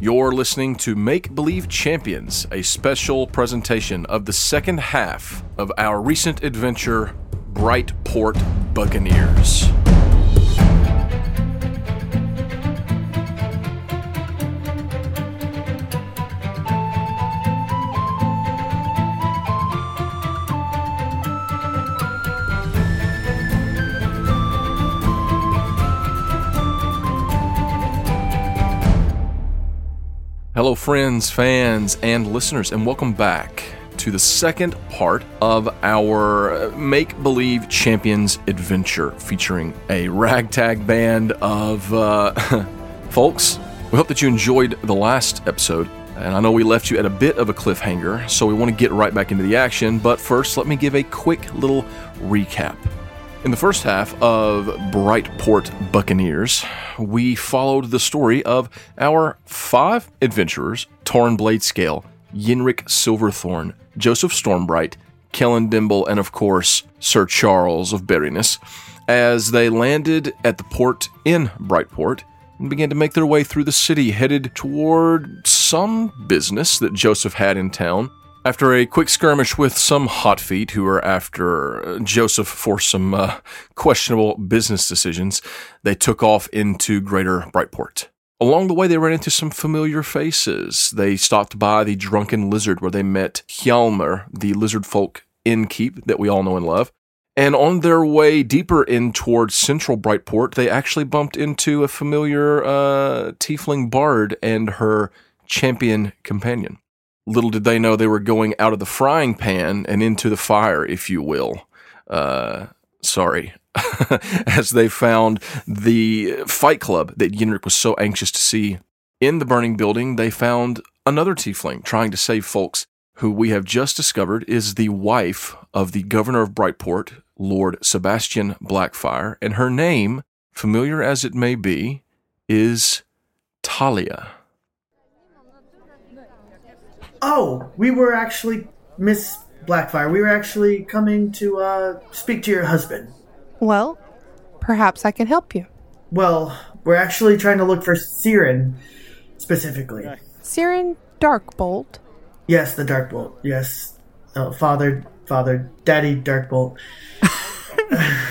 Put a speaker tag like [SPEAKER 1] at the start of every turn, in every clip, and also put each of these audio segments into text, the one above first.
[SPEAKER 1] You're listening to Make Believe Champions, a special presentation of the second half of our recent adventure, Brightport Buccaneers. Hello, friends, fans, and listeners, and welcome back to the second part of our uh, Make Believe Champions adventure featuring a ragtag band of uh, folks. We hope that you enjoyed the last episode. And I know we left you at a bit of a cliffhanger, so we want to get right back into the action. But first, let me give a quick little recap. In the first half of Brightport Buccaneers, we followed the story of our five adventurers Torn Blade Scale, Yenrik Silverthorn, Joseph Stormbright, Kellen Dimble, and of course, Sir Charles of Berryness, as they landed at the port in Brightport and began to make their way through the city, headed toward some business that Joseph had in town. After a quick skirmish with some hot feet who were after uh, Joseph for some uh, questionable business decisions, they took off into Greater Brightport. Along the way, they ran into some familiar faces. They stopped by the Drunken Lizard, where they met Hjalmar, the lizard folk innkeep that we all know and love. And on their way deeper in towards central Brightport, they actually bumped into a familiar uh, tiefling bard and her champion companion. Little did they know they were going out of the frying pan and into the fire, if you will. Uh, sorry. As they found the fight club that Yenrik was so anxious to see in the burning building, they found another tiefling trying to save folks who we have just discovered is the wife of the governor of Brightport, Lord Sebastian Blackfire, and her name, familiar as it may be, is Talia.
[SPEAKER 2] Oh, we were actually Miss Blackfire. We were actually coming to uh, speak to your husband.
[SPEAKER 3] Well, perhaps I can help you.
[SPEAKER 2] Well, we're actually trying to look for Siren specifically.
[SPEAKER 3] Siren Darkbolt.
[SPEAKER 2] Yes, the Darkbolt. Yes, oh, Father, Father, Daddy Darkbolt.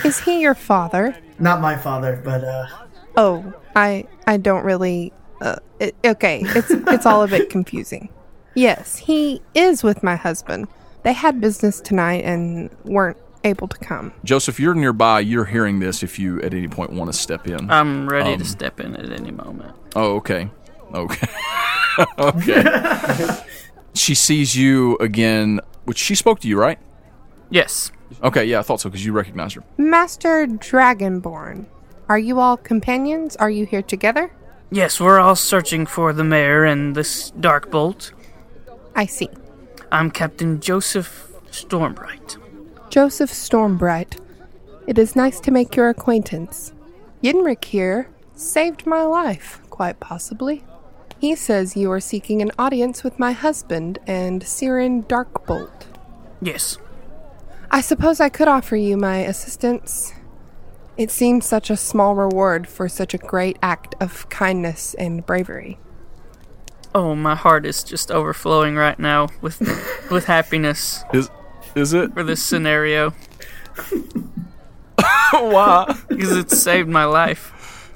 [SPEAKER 3] Is he your father?
[SPEAKER 2] Not my father, but uh,
[SPEAKER 3] Oh, I I don't really uh, it, okay, it's it's all a bit confusing. Yes, he is with my husband. They had business tonight and weren't able to come.
[SPEAKER 1] Joseph, you're nearby. You're hearing this if you at any point want to step in.
[SPEAKER 4] I'm ready to step in at any moment.
[SPEAKER 1] oh, okay. Okay. okay. she sees you again, which she spoke to you, right?
[SPEAKER 4] Yes.
[SPEAKER 1] Okay, yeah, I thought so because you recognized her.
[SPEAKER 3] Master Dragonborn, are you all companions? Are you here together?
[SPEAKER 4] Yes, we're all searching for the mayor and this dark bolt.
[SPEAKER 3] I see.
[SPEAKER 4] I'm Captain Joseph Stormbright.
[SPEAKER 3] Joseph Stormbright, it is nice to make your acquaintance. Yinrik here saved my life, quite possibly. He says you are seeking an audience with my husband and Siren Darkbolt.
[SPEAKER 4] Yes.
[SPEAKER 3] I suppose I could offer you my assistance. It seems such a small reward for such a great act of kindness and bravery.
[SPEAKER 4] Oh, my heart is just overflowing right now with with happiness
[SPEAKER 1] Is is it?
[SPEAKER 4] for this scenario. Why? Because it saved my life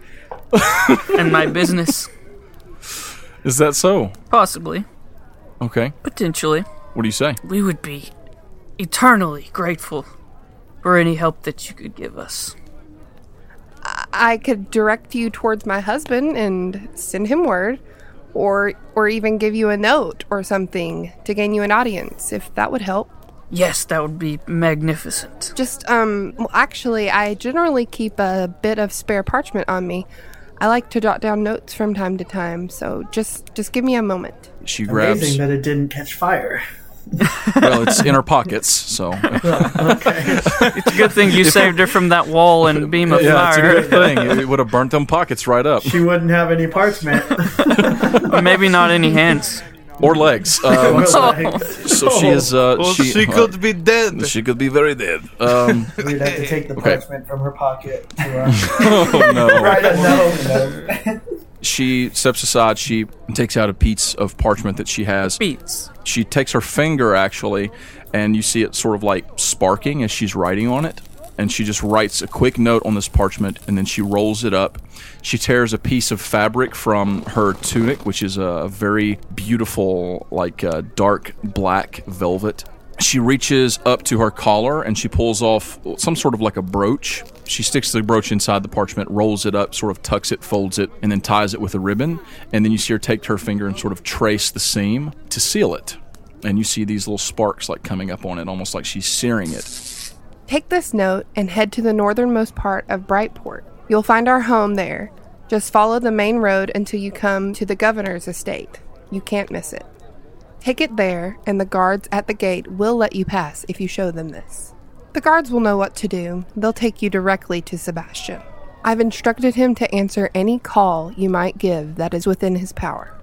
[SPEAKER 4] and my business,
[SPEAKER 1] Is that so?
[SPEAKER 4] possibly,
[SPEAKER 1] Okay.
[SPEAKER 4] potentially.
[SPEAKER 1] What do you say?
[SPEAKER 4] We would be eternally grateful for any help that you could give us.
[SPEAKER 3] I could direct you towards my husband and send him word, or or even give you a note or something to gain you an audience if that would help.
[SPEAKER 4] Yes, that would be magnificent.
[SPEAKER 3] Just um well, actually I generally keep a bit of spare parchment on me. I like to jot down notes from time to time, so just just give me a moment.
[SPEAKER 1] She
[SPEAKER 2] amazing
[SPEAKER 1] grabs.
[SPEAKER 2] that it didn't catch fire.
[SPEAKER 1] well, it's in her pockets, so yeah,
[SPEAKER 4] Good thing you saved her from that wall and beam of
[SPEAKER 1] it's a
[SPEAKER 4] fire.
[SPEAKER 1] good thing. It would have burnt them pockets right up,
[SPEAKER 2] She wouldn't have any parchment.
[SPEAKER 4] Maybe not any hands.
[SPEAKER 1] or legs. Um,
[SPEAKER 2] Like,
[SPEAKER 1] so she is. Uh,
[SPEAKER 5] Well, she,
[SPEAKER 1] she, uh,
[SPEAKER 5] could be dead.
[SPEAKER 1] she could be very dead. Um,
[SPEAKER 2] We'd have to take the
[SPEAKER 1] Okay.
[SPEAKER 2] parchment from her pocket to uh,
[SPEAKER 1] oh no.
[SPEAKER 2] write a note.
[SPEAKER 1] she steps aside. She takes out a piece of parchment that she has.
[SPEAKER 4] Beats.
[SPEAKER 1] She takes her finger actually, and you see it sort of like sparking as she's writing on it. And she just writes a quick note on this parchment, and then she rolls it up. She tears a piece of fabric from her tunic, which is a very beautiful, like uh, dark black velvet. She reaches up to her collar and she pulls off some sort of like a brooch. She sticks the brooch inside the parchment, rolls it up, sort of tucks it, folds it, and then ties it with a ribbon. And then you see her take her finger and sort of trace the seam to seal it. And you see these little sparks like coming up on it, almost like she's searing it.
[SPEAKER 3] Take this note and head to the northernmost part of Brightport. You'll find our home there. Just follow the main road until you come to the governor's estate. You can't miss it. Take it there, and the guards at the gate will let you pass if you show them this. The guards will know what to do. They'll take you directly to Sebastian. I've instructed him to answer any call you might give that is within his power.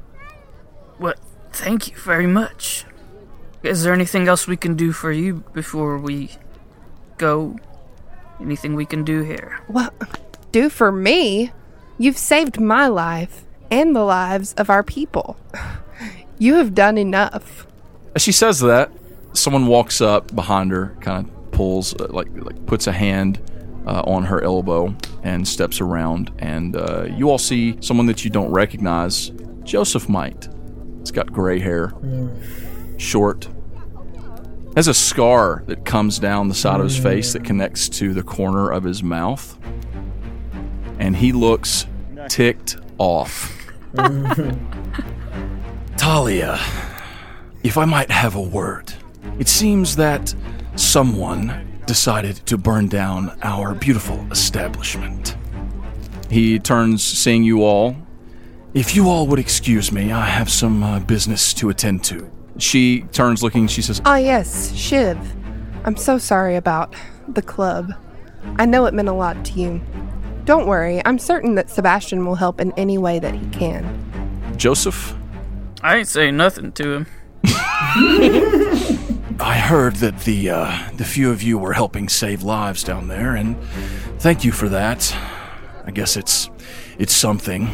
[SPEAKER 4] Well, thank you very much. Is there anything else we can do for you before we go? Anything we can do here?
[SPEAKER 3] What do for me? You've saved my life and the lives of our people. You have done enough.
[SPEAKER 1] As she says that, someone walks up behind her, kind of pulls, uh, like, like puts a hand uh, on her elbow and steps around. And uh, you all see someone that you don't recognize, Joseph Might. He's got gray hair, short, has a scar that comes down the side of his face that connects to the corner of his mouth. And he looks ticked off. Talia, if I might have a word, it seems that someone decided to burn down our beautiful establishment. He turns, seeing you all. If you all would excuse me, I have some uh, business to attend to. She turns, looking, she says,
[SPEAKER 3] Ah, yes, Shiv. I'm so sorry about the club. I know it meant a lot to you. Don't worry, I'm certain that Sebastian will help in any way that he can.
[SPEAKER 1] Joseph,
[SPEAKER 4] I ain't saying nothing to him.
[SPEAKER 1] I heard that the uh, the few of you were helping save lives down there, and thank you for that. I guess it's it's something.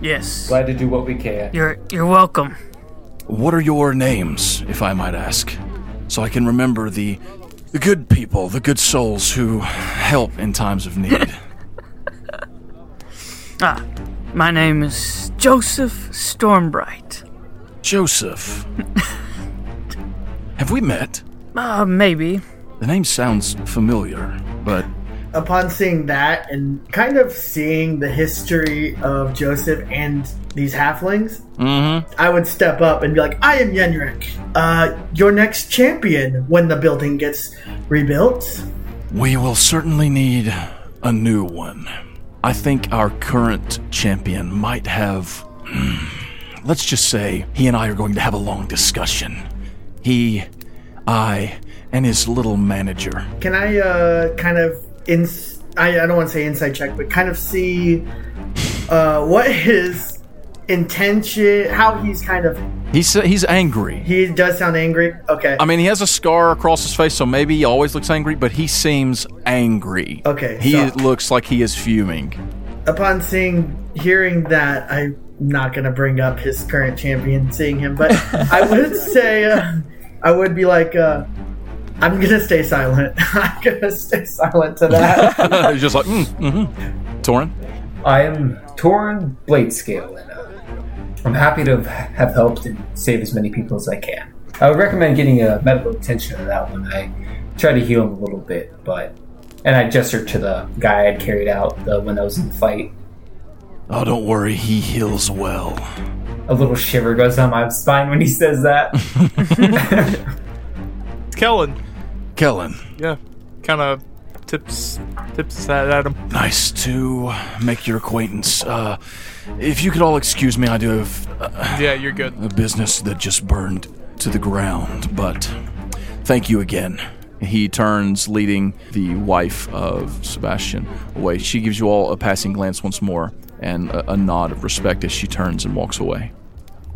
[SPEAKER 4] Yes.
[SPEAKER 5] Glad to do what we can.
[SPEAKER 4] You're you're welcome.
[SPEAKER 1] What are your names, if I might ask, so I can remember the the good people, the good souls who help in times of need.
[SPEAKER 4] Ah, my name is Joseph Stormbright.
[SPEAKER 1] Joseph, have we met?
[SPEAKER 4] Uh, maybe.
[SPEAKER 1] The name sounds familiar, but
[SPEAKER 2] Upon seeing that and kind of seeing the history of Joseph and these halflings, I would step up and be like, I am Yenrik, uh, your next champion when the building gets rebuilt.
[SPEAKER 1] We will certainly need a new one. I think our current champion might have. hmm, Let's just say he and I are going to have a long discussion. He, I, and his little manager.
[SPEAKER 2] Can I uh, kind of ins? I, I don't want to say inside check, but kind of see uh, what his intention, how he's kind of.
[SPEAKER 1] He's, he's angry.
[SPEAKER 2] He does sound angry. Okay.
[SPEAKER 1] I mean, he has a scar across his face, so maybe he always looks angry, but he seems angry.
[SPEAKER 2] Okay,
[SPEAKER 1] He
[SPEAKER 2] so-
[SPEAKER 1] looks like he is fuming.
[SPEAKER 2] upon seeing hearing that i'm not going to bring up his current champion seeing him but i would say uh, i would be like uh, i'm going to stay silent i'm going to stay silent to that
[SPEAKER 1] he's just like, mm, mm-hmm. Torin?
[SPEAKER 5] I am Torn Bladescale, and uh, I'm happy to have helped and save as many people as I can. I would recommend getting a medical attention on that one. I try to heal him a little bit, but. And I gestured to the guy I'd carried out the, when I was in the fight.
[SPEAKER 1] Oh, don't worry. He heals well.
[SPEAKER 5] A little shiver goes down my spine when he says that.
[SPEAKER 6] Kellen
[SPEAKER 1] Kellen,
[SPEAKER 6] yeah, kind of tips tips his hat at him.
[SPEAKER 1] Nice to make your acquaintance. Uh, if you could all excuse me, I do have uh,
[SPEAKER 6] Yeah, you're good.
[SPEAKER 1] a business that just burned to the ground, but thank you again. He turns, leading the wife of Sebastian away. She gives you all a passing glance once more and a, a nod of respect as she turns and walks away.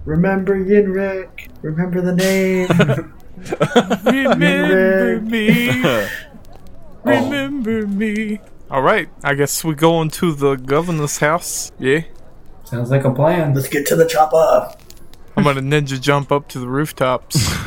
[SPEAKER 2] remember yinrik remember the name
[SPEAKER 6] Remember me.
[SPEAKER 5] Oh,
[SPEAKER 6] Remember me. All right, I guess we go into the governor's house. Yeah.
[SPEAKER 5] Sounds like a plan.
[SPEAKER 2] Let's get to the chopper.
[SPEAKER 6] I'm gonna ninja jump up to the rooftops.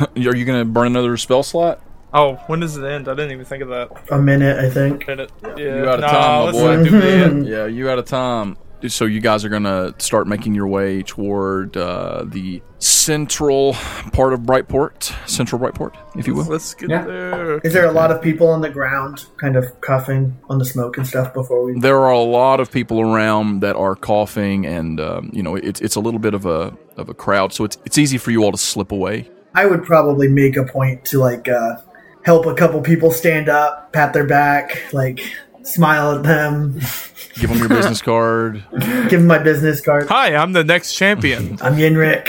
[SPEAKER 1] Are you going to burn another spell slot?
[SPEAKER 6] oh, when does it end? I didn't even think of that.
[SPEAKER 2] A minute, I think.
[SPEAKER 6] Minute. Yeah,
[SPEAKER 1] You out of
[SPEAKER 6] nah,
[SPEAKER 1] time, my
[SPEAKER 6] let's
[SPEAKER 1] boy.
[SPEAKER 6] not do that.
[SPEAKER 1] Yeah, you out of time. So you guys are gonna start making your way toward uh, the central part of Brightport, central Brightport, if you will.
[SPEAKER 6] Let's get
[SPEAKER 5] Yeah.
[SPEAKER 6] there.
[SPEAKER 2] Is there a lot of people on the ground, kind of coughing on the smoke and stuff before we?
[SPEAKER 1] There are a lot of people around that are coughing, and um, you know it's it's a little bit of a of a crowd, so it's it's easy for you all to slip away.
[SPEAKER 2] I would probably make a point to like uh, help a couple people stand up, pat their back, like smile at them,
[SPEAKER 1] Give them your business card.
[SPEAKER 2] give them my business card.
[SPEAKER 6] Hi, I'm the next champion.
[SPEAKER 2] I'm Yenrik.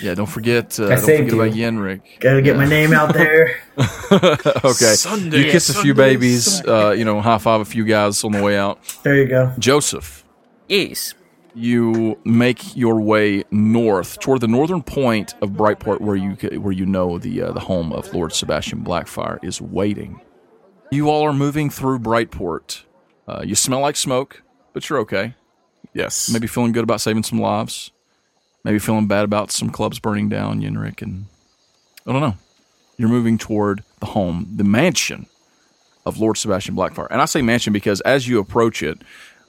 [SPEAKER 1] Yeah, don't forget. Uh,
[SPEAKER 5] I
[SPEAKER 1] don't
[SPEAKER 5] saved
[SPEAKER 1] forget about
[SPEAKER 5] you.
[SPEAKER 1] Yenrik.
[SPEAKER 2] Gotta get
[SPEAKER 1] Yeah.
[SPEAKER 2] my name out there.
[SPEAKER 1] okay.
[SPEAKER 6] Sunday.
[SPEAKER 1] you kiss a few babies. Uh, you know, high five a few guys on the way out.
[SPEAKER 2] There you go.
[SPEAKER 1] Joseph,
[SPEAKER 4] Yes.
[SPEAKER 1] you make your way north toward the northern point of Brightport, where you ca- where you know the uh, the home of Lord Sebastian Blackfire is waiting. You all are moving through Brightport. Uh, you smell like smoke, but you're okay.
[SPEAKER 6] Yes.
[SPEAKER 1] Maybe feeling good about saving some lives. Maybe feeling bad about some clubs burning down, Yenrik, and I don't know. You're moving toward the home, the mansion of Lord Sebastian Blackfire. And I say mansion because as you approach it,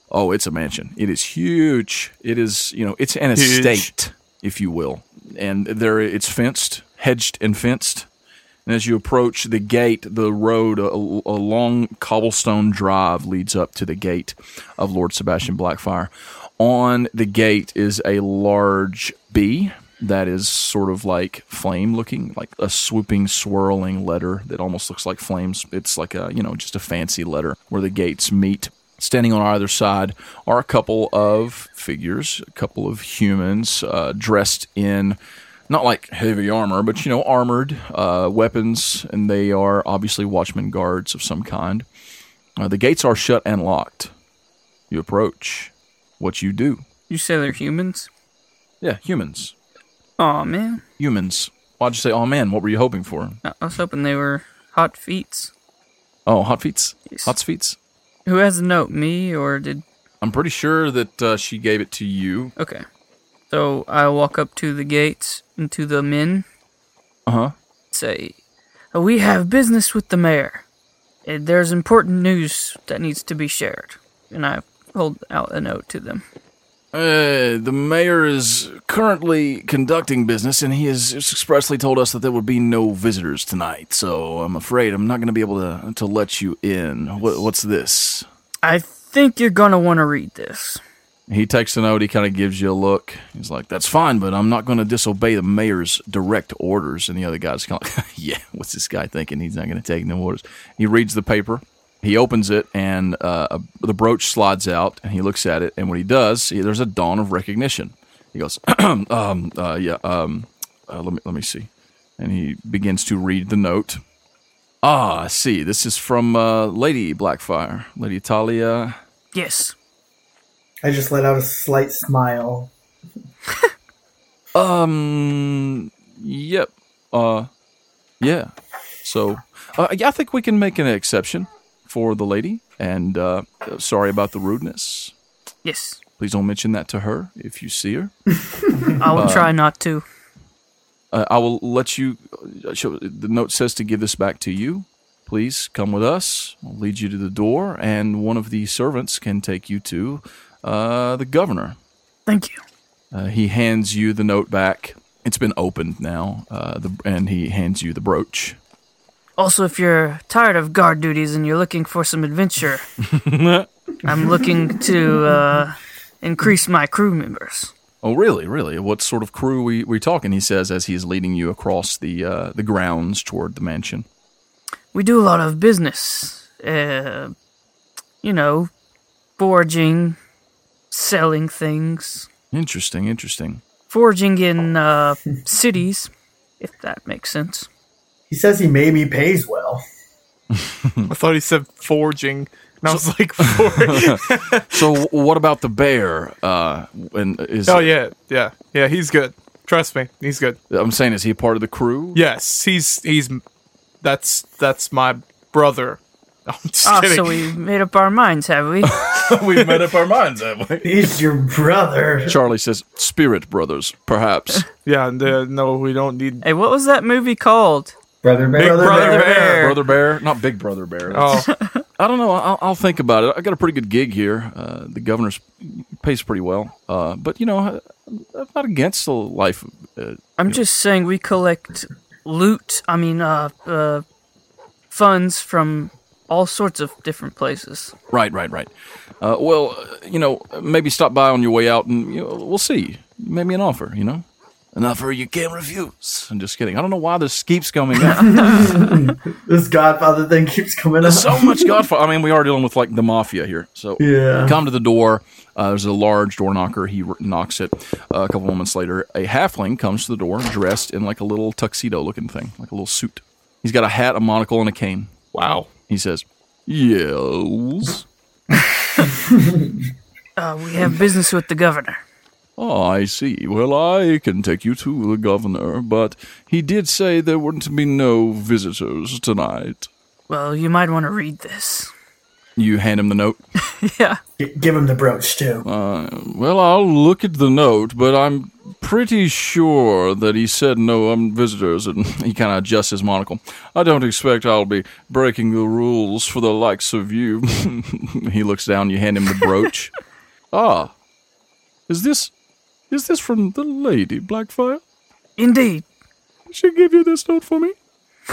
[SPEAKER 1] oh, it's a mansion. It is huge. It is, you know, it's an
[SPEAKER 6] Huge.
[SPEAKER 1] estate, if you will. And there it's fenced, hedged and fenced. And as you approach the gate, the road, a, a long cobblestone drive leads up to the gate of Lord Sebastian Blackfire. On the gate is a large bee that is sort of like flame looking, like a swooping, swirling letter that almost looks like flames. It's like a, you know, just a fancy letter where the gates meet. Standing on either side are a couple of figures, a couple of humans uh, dressed in not like heavy armor, but you know, armored uh, weapons, and they are obviously watchman guards of some kind. Uh, the gates are shut and locked. You approach. What you do?
[SPEAKER 4] You say they're humans?
[SPEAKER 1] Yeah, humans.
[SPEAKER 4] Aw, man.
[SPEAKER 1] Humans. Why'd you say, oh man, what were you hoping for?
[SPEAKER 4] I I was hoping they were hot feet.
[SPEAKER 1] Oh, hot feets?
[SPEAKER 4] Yes.
[SPEAKER 1] Hot feets?
[SPEAKER 4] Who has the note? Me or did.
[SPEAKER 1] I'm pretty sure that uh, she gave it to you.
[SPEAKER 4] Okay. So I walk up to the gates and to the men.
[SPEAKER 1] Uh huh.
[SPEAKER 4] Say, We have business with the mayor. Uh, There's important news that needs to be shared. And I hold out a note to them.
[SPEAKER 1] Uh, the mayor is currently conducting business, and he has expressly told us that there would be no visitors tonight. So I'm afraid I'm not going to be able to to let you in. What, what's this?
[SPEAKER 4] I think you're gonna wanna read this.
[SPEAKER 1] He takes a note. He kind of gives you a look. He's like, "That's fine, but I'm not going to disobey the mayor's direct orders." And the other guy's kind of like, "Yeah, what's this guy thinking? He's not going to take no orders." He reads the paper. He opens it, and uh, a- the brooch slides out, and he looks at it. And when he does, he, there's a dawn of recognition. He goes, um, uh, "Yeah, um, uh, let me let me see," and he begins to read the note. Ah, I see. This is from uh, Lady Blackfire, Lady Talia.
[SPEAKER 4] Yes.
[SPEAKER 2] I just let out a slight smile.
[SPEAKER 1] Um. Yep. Uh. Yeah. So, uh, yeah, I think we can make an exception for the lady. And uh, sorry about the rudeness.
[SPEAKER 4] Yes.
[SPEAKER 1] Please don't mention that to her if you see her.
[SPEAKER 4] I will try not to.
[SPEAKER 1] Uh, I will let you. uh, show- The note says to give this back to you. Please come with us. I'll lead you to the door, and one of the servants can take you to uh, the governor.
[SPEAKER 4] Thank you.
[SPEAKER 1] Uh, he hands you the note back. It's been opened now, uh, the, and he hands you the brooch.
[SPEAKER 4] Also, if you're tired of guard duties and you're looking for some adventure, I'm looking to uh, increase my crew members.
[SPEAKER 1] Oh, really? Really? What sort of crew we we talking? He says as he's leading you across the uh, the grounds toward the mansion.
[SPEAKER 4] We do a lot of business. Uh, you know, forging, selling things,
[SPEAKER 1] Interesting. Interesting.
[SPEAKER 4] forging in uh, cities, if that makes sense.
[SPEAKER 2] He says he maybe pays well.
[SPEAKER 6] I thought he said forging, and I was like, forging.
[SPEAKER 1] So, w- what about the bear? Uh, and is
[SPEAKER 6] oh yeah, yeah, yeah. He's good. Trust me, he's good.
[SPEAKER 1] I'm saying, is he a part of the crew?
[SPEAKER 6] Yes, he's he's. That's that's my brother. No, I'm just
[SPEAKER 4] Ah,
[SPEAKER 6] kidding.
[SPEAKER 4] so we made up our minds, have we?
[SPEAKER 7] We've made up our minds, have we?
[SPEAKER 2] He's your brother.
[SPEAKER 1] Charlie says, Spirit Brothers, perhaps.
[SPEAKER 6] yeah, the, no, we don't need.
[SPEAKER 4] hey, what was that movie called?
[SPEAKER 5] Brother Bear.
[SPEAKER 6] Big Brother,
[SPEAKER 4] Brother
[SPEAKER 6] Bear.
[SPEAKER 4] Bear.
[SPEAKER 1] Brother Bear? Not Big Brother Bear. That's-
[SPEAKER 6] Oh,
[SPEAKER 1] I don't know. I'll, I'll think about it. I got a pretty good gig here. Uh, the governor's pays pretty well. Uh, but, you know, I, I'm not against the life. Uh,
[SPEAKER 4] I'm just saying we collect loot. I mean, uh, uh, funds from all sorts of different places.
[SPEAKER 1] right, right, right. Uh, well, uh, you know, maybe stop by on your way out and you know, we'll see. You made me an offer, you know? An offer you can't refuse. I'm just kidding. I don't know why this keeps coming up.
[SPEAKER 2] This Godfather thing keeps coming up.
[SPEAKER 1] There's so much Godfather. I mean, we are dealing with like the mafia here. So
[SPEAKER 2] Yeah.
[SPEAKER 1] come to the door. Uh, there's a large door knocker. He r- knocks it. Uh, a couple moments later, a halfling comes to the door dressed in like a little tuxedo looking thing, like a little suit. He's got a hat, a monocle, and a cane.
[SPEAKER 6] wow.
[SPEAKER 1] He says, "Yes,
[SPEAKER 4] Uh, we have business with the governor.
[SPEAKER 1] oh, I see. Well, I can take you to the governor, but he did say there wouldn't be no visitors tonight."
[SPEAKER 4] Well, you might want to read this.
[SPEAKER 1] You hand him the note.
[SPEAKER 4] Yeah.
[SPEAKER 2] G- Give him the brooch too.
[SPEAKER 1] Well, I'll look at the note, but I'm pretty sure that he said no um, visitors, and he kind of adjusts his monocle. I don't expect I'll be breaking the rules for the likes of you. he looks down. You hand him the brooch. ah, is this is this from the lady Blackfire?
[SPEAKER 4] Indeed.
[SPEAKER 1] Did she give you this note for me?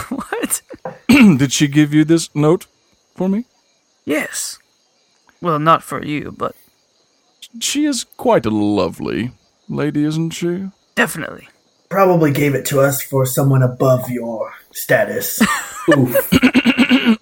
[SPEAKER 4] What?
[SPEAKER 1] Did she give you this note for me?
[SPEAKER 4] Yes. Well, not for you, but
[SPEAKER 1] She is quite a lovely lady, isn't she?
[SPEAKER 4] definitely.
[SPEAKER 2] Probably gave it to us for someone above your status.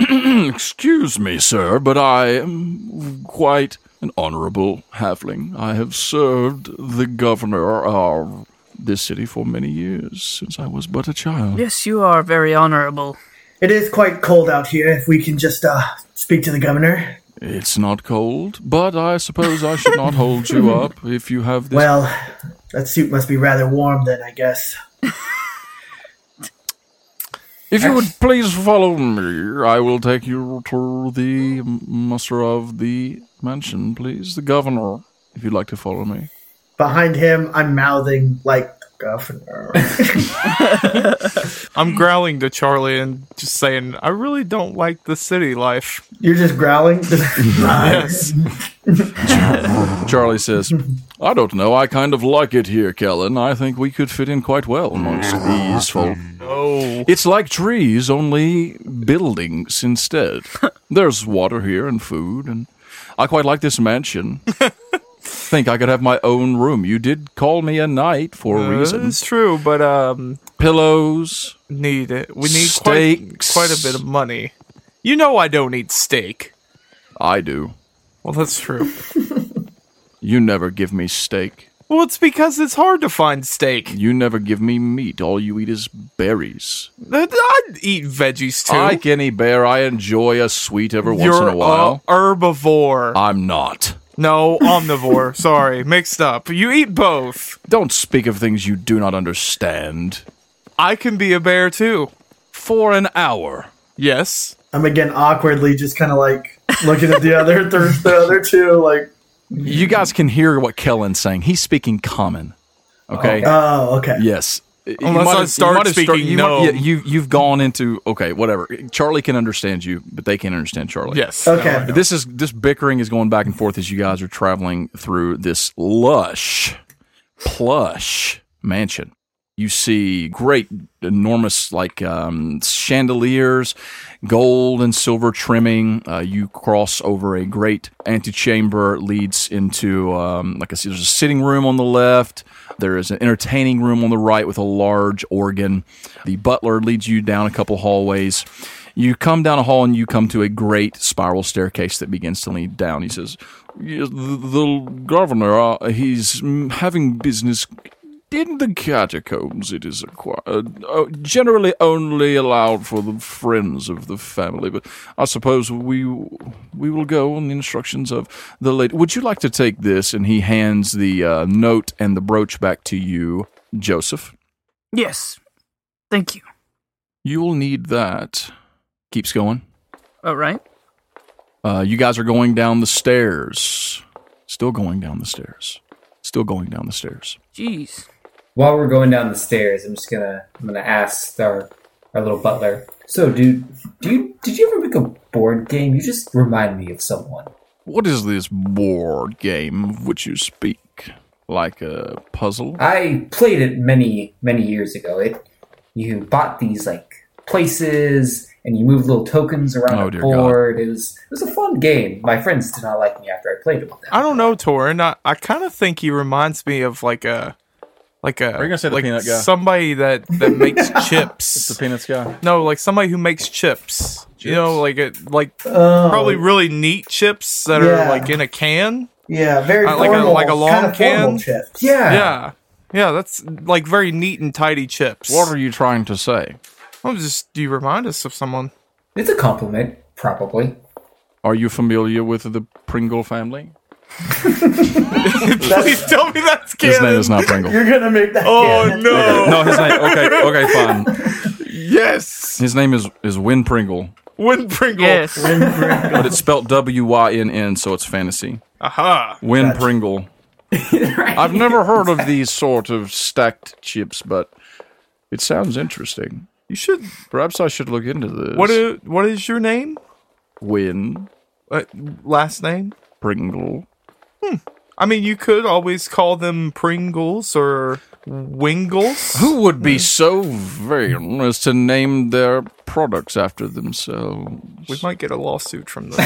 [SPEAKER 1] Excuse me, sir, but I am quite an honorable halfling. I have served the governor of this city for many years, since I was but a child.
[SPEAKER 4] Yes, you are very honorable.
[SPEAKER 2] it is quite cold out here. If we can just uh, speak to the governor.
[SPEAKER 1] It's not cold, but I suppose I should not hold you up if you have this.
[SPEAKER 2] Well, that suit must be rather warm then, I guess.
[SPEAKER 1] if you would please follow me, I will take you to the muster of the mansion, please. The governor, if you'd like to follow me.
[SPEAKER 2] Behind him, I'm mouthing like governor.
[SPEAKER 6] I'm growling to Charlie and just saying, I really don't like the city life.
[SPEAKER 2] You're just growling.
[SPEAKER 6] Yes.
[SPEAKER 1] Charlie says, I don't know. I kind of like it here, Kellen. I think we could fit in quite well amongst these folk.
[SPEAKER 6] Oh.
[SPEAKER 1] It's like trees, only buildings instead. There's water here and food, and I quite like this mansion. think I could have my own room. You did call me a knight for a reason.
[SPEAKER 6] It's true, but um,
[SPEAKER 1] Pillows.
[SPEAKER 6] need it. We need
[SPEAKER 1] Steaks.
[SPEAKER 6] quite quite a bit of money. You know I don't eat steak.
[SPEAKER 1] I do.
[SPEAKER 6] Well, that's true.
[SPEAKER 1] You never give me steak.
[SPEAKER 6] well, it's because it's hard to find steak.
[SPEAKER 1] You never give me meat. All you eat is berries.
[SPEAKER 6] I'd eat veggies too.
[SPEAKER 1] Like any bear, I enjoy a sweet every once
[SPEAKER 6] You're
[SPEAKER 1] in a while.
[SPEAKER 6] herbivore.
[SPEAKER 1] I'm not.
[SPEAKER 6] no, omnivore. Sorry, mixed up. You eat both.
[SPEAKER 1] Don't speak of things you do not understand.
[SPEAKER 6] I can be a bear too.
[SPEAKER 1] For an hour.
[SPEAKER 6] Yes.
[SPEAKER 2] I'm again awkwardly just kind of like looking at the other, the, the other two, like,
[SPEAKER 1] You guys can hear what Kellen's saying. He's speaking common. Okay.
[SPEAKER 2] oh, okay.
[SPEAKER 1] Yes. You
[SPEAKER 6] Unless
[SPEAKER 1] might
[SPEAKER 6] I
[SPEAKER 1] have- you
[SPEAKER 6] start
[SPEAKER 1] might have start-
[SPEAKER 6] speaking
[SPEAKER 1] you might-
[SPEAKER 6] gnome.
[SPEAKER 1] yeah, you you've gone into okay, whatever. Charlie can understand you, but they can't understand Charlie.
[SPEAKER 6] Yes.
[SPEAKER 2] Okay.
[SPEAKER 1] This is this bickering is going back and forth as you guys are traveling through this lush, plush mansion. You see great, enormous like um, chandeliers, gold and silver trimming. Uh, you cross over a great antechamber leads into um, like I see. There's a sitting room on the left. There is an entertaining room on the right with a large organ. The butler leads you down a couple hallways. You come down a hall and you come to a great spiral staircase that begins to lead down. He says, "Yes, "The, the governor, uh, he's mm, having business in the catacombs. It is acquired, uh, generally only allowed for the friends of the family. But I suppose we we will go on the instructions of the lady. Would you like to take this?" And he hands the uh, note and the brooch back to you, Joseph.
[SPEAKER 4] Yes. Thank you.
[SPEAKER 1] You'll need that. Keeps going.
[SPEAKER 4] All right.
[SPEAKER 1] Uh, you guys are going down the stairs. Still going down the stairs. Still going down the stairs.
[SPEAKER 4] Jeez.
[SPEAKER 5] While we're going down the stairs, I'm just gonna I'm gonna ask our our little butler. So, dude, do you did you ever make a board game? You just remind me of someone.
[SPEAKER 1] What is this board game of which you speak? Like a puzzle?
[SPEAKER 5] I played it many many years ago. It you bought these like places and you moved little tokens around
[SPEAKER 1] Oh,
[SPEAKER 5] the
[SPEAKER 1] dear God.
[SPEAKER 5] board. It was it was a fun game. My friends did not like me after I played it with them.
[SPEAKER 6] I don't know, Torin. I, I kind of think he reminds me of like a like a
[SPEAKER 7] you gonna say the
[SPEAKER 6] like
[SPEAKER 7] peanut guy?
[SPEAKER 6] somebody that that makes chips.
[SPEAKER 7] The peanuts guy.
[SPEAKER 6] no, like somebody who makes chips. You know, like a, like
[SPEAKER 2] Oh,
[SPEAKER 6] probably really neat chips that
[SPEAKER 2] Yeah.
[SPEAKER 6] are like in a can.
[SPEAKER 2] yeah, very
[SPEAKER 6] Uh, like a-
[SPEAKER 2] formal,
[SPEAKER 6] like a long
[SPEAKER 2] kind of formal
[SPEAKER 6] can?
[SPEAKER 2] chips.
[SPEAKER 5] Yeah.
[SPEAKER 6] Yeah. Yeah, that's like very neat and tidy chips.
[SPEAKER 1] What are you trying to say?
[SPEAKER 6] I'm just you remind us of someone.
[SPEAKER 5] It's a compliment, probably.
[SPEAKER 1] Are you familiar with the Pringle family?
[SPEAKER 6] Please tell me that's canon.
[SPEAKER 1] His name is not Pringle.
[SPEAKER 2] You're gonna make that.
[SPEAKER 6] Oh
[SPEAKER 2] canon.
[SPEAKER 6] no.
[SPEAKER 1] no, his name. Okay, okay, fine.
[SPEAKER 6] Yes.
[SPEAKER 1] His name is is Win Pringle,
[SPEAKER 6] Win Pringle.
[SPEAKER 4] Yes.
[SPEAKER 1] but it's spelled W Y N N, so it's fantasy.
[SPEAKER 6] Aha.
[SPEAKER 1] Win Pringle. I've never heard of these sort of stacked chips, but it sounds interesting.
[SPEAKER 6] You should
[SPEAKER 1] Perhaps I should look into this.
[SPEAKER 6] What is, what is your name?
[SPEAKER 1] Win
[SPEAKER 6] Uh, last name?
[SPEAKER 1] Pringle?
[SPEAKER 6] I mean, you could always call them Pringles or Wingles.
[SPEAKER 1] Who would be so vain as to name their products after themselves?
[SPEAKER 6] we might get a lawsuit from them.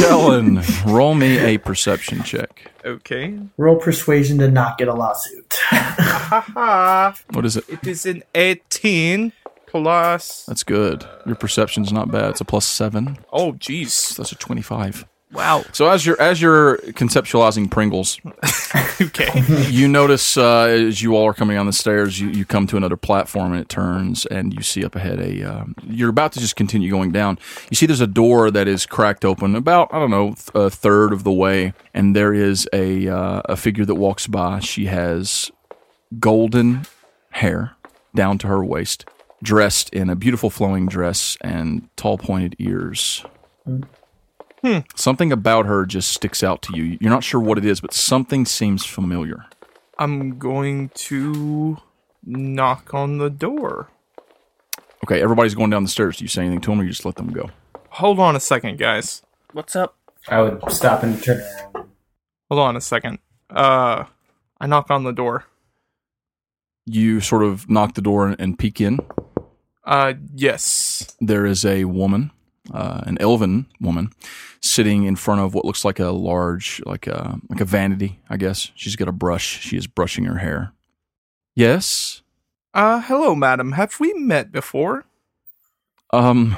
[SPEAKER 1] Kellen, roll me a perception check.
[SPEAKER 6] okay.
[SPEAKER 2] Roll persuasion to not get a lawsuit.
[SPEAKER 6] Haha.
[SPEAKER 1] What is it?
[SPEAKER 6] It is an 18 plus.
[SPEAKER 1] That's good. Your perception's not bad. It's a plus seven.
[SPEAKER 6] Oh, jeez.
[SPEAKER 1] That's a twenty-five.
[SPEAKER 4] Wow.
[SPEAKER 1] So as you're as you're conceptualizing Pringles,
[SPEAKER 6] Okay.
[SPEAKER 1] you notice uh, as you all are coming down the stairs, you, you come to another platform and it turns, and you see up ahead a. Um, you're about to just continue going down. You see there's a door that is cracked open about I don't know th- a third of the way, and there is a uh, a figure that walks by. She has golden hair down to her waist, dressed in a beautiful flowing dress and tall pointed ears. Something about her just sticks out to you. You're not sure what it is, but something seems familiar.
[SPEAKER 6] I'm going to knock on the door.
[SPEAKER 1] Okay, everybody's going down the stairs. Do you say anything to them, or you just let them go?
[SPEAKER 6] Hold on a second, guys.
[SPEAKER 4] What's up?
[SPEAKER 5] I would stop and turn around.
[SPEAKER 6] Hold on a second. Uh, I knock on the door.
[SPEAKER 1] You sort of knock the door and, and peek in.
[SPEAKER 6] Uh, yes.
[SPEAKER 1] There is a woman, uh, an elven woman, sitting in front of what looks like a large, like a like a vanity, I guess. She's got a brush. She is brushing her hair. Yes.
[SPEAKER 6] Uh, hello, madam. Have we met before?
[SPEAKER 1] Um.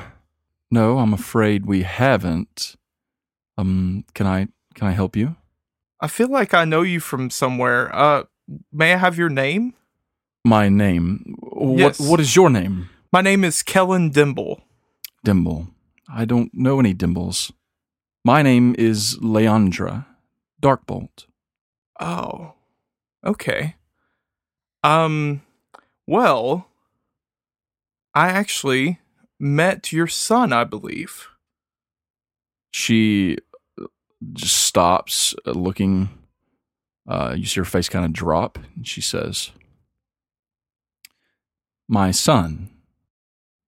[SPEAKER 1] No, I'm afraid we haven't. Um. Can I can I help you?
[SPEAKER 6] I feel like I know you from somewhere. Uh, may I have your name?
[SPEAKER 1] My name. What
[SPEAKER 6] Yes.
[SPEAKER 1] What is your name?
[SPEAKER 6] My name is Kellen Dimble.
[SPEAKER 1] Dimble. I don't know any Dimbles. My name is Leandra Darkbolt.
[SPEAKER 6] Oh, okay. Um, well, I actually met your son, I believe.
[SPEAKER 1] She uh, just stops uh, looking. Uh, you see her face kind of drop, and she says, My son.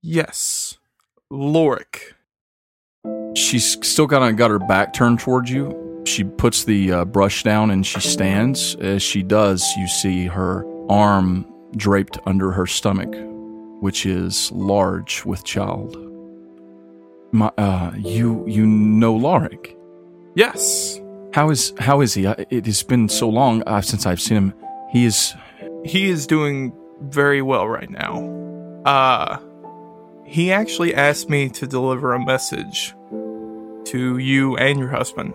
[SPEAKER 6] Yes, Lorik.
[SPEAKER 1] She's still kind of got her back turned towards you. She puts the uh, brush down and she stands. As she does, you see her arm draped under her stomach, which is large with child. My, uh, you you know Lorik.
[SPEAKER 6] Yes,
[SPEAKER 1] How is how is he? I, it has been so long uh, since I've seen him. He is
[SPEAKER 6] he is doing very well right now. Uh, he actually asked me to deliver a message to you and your husband.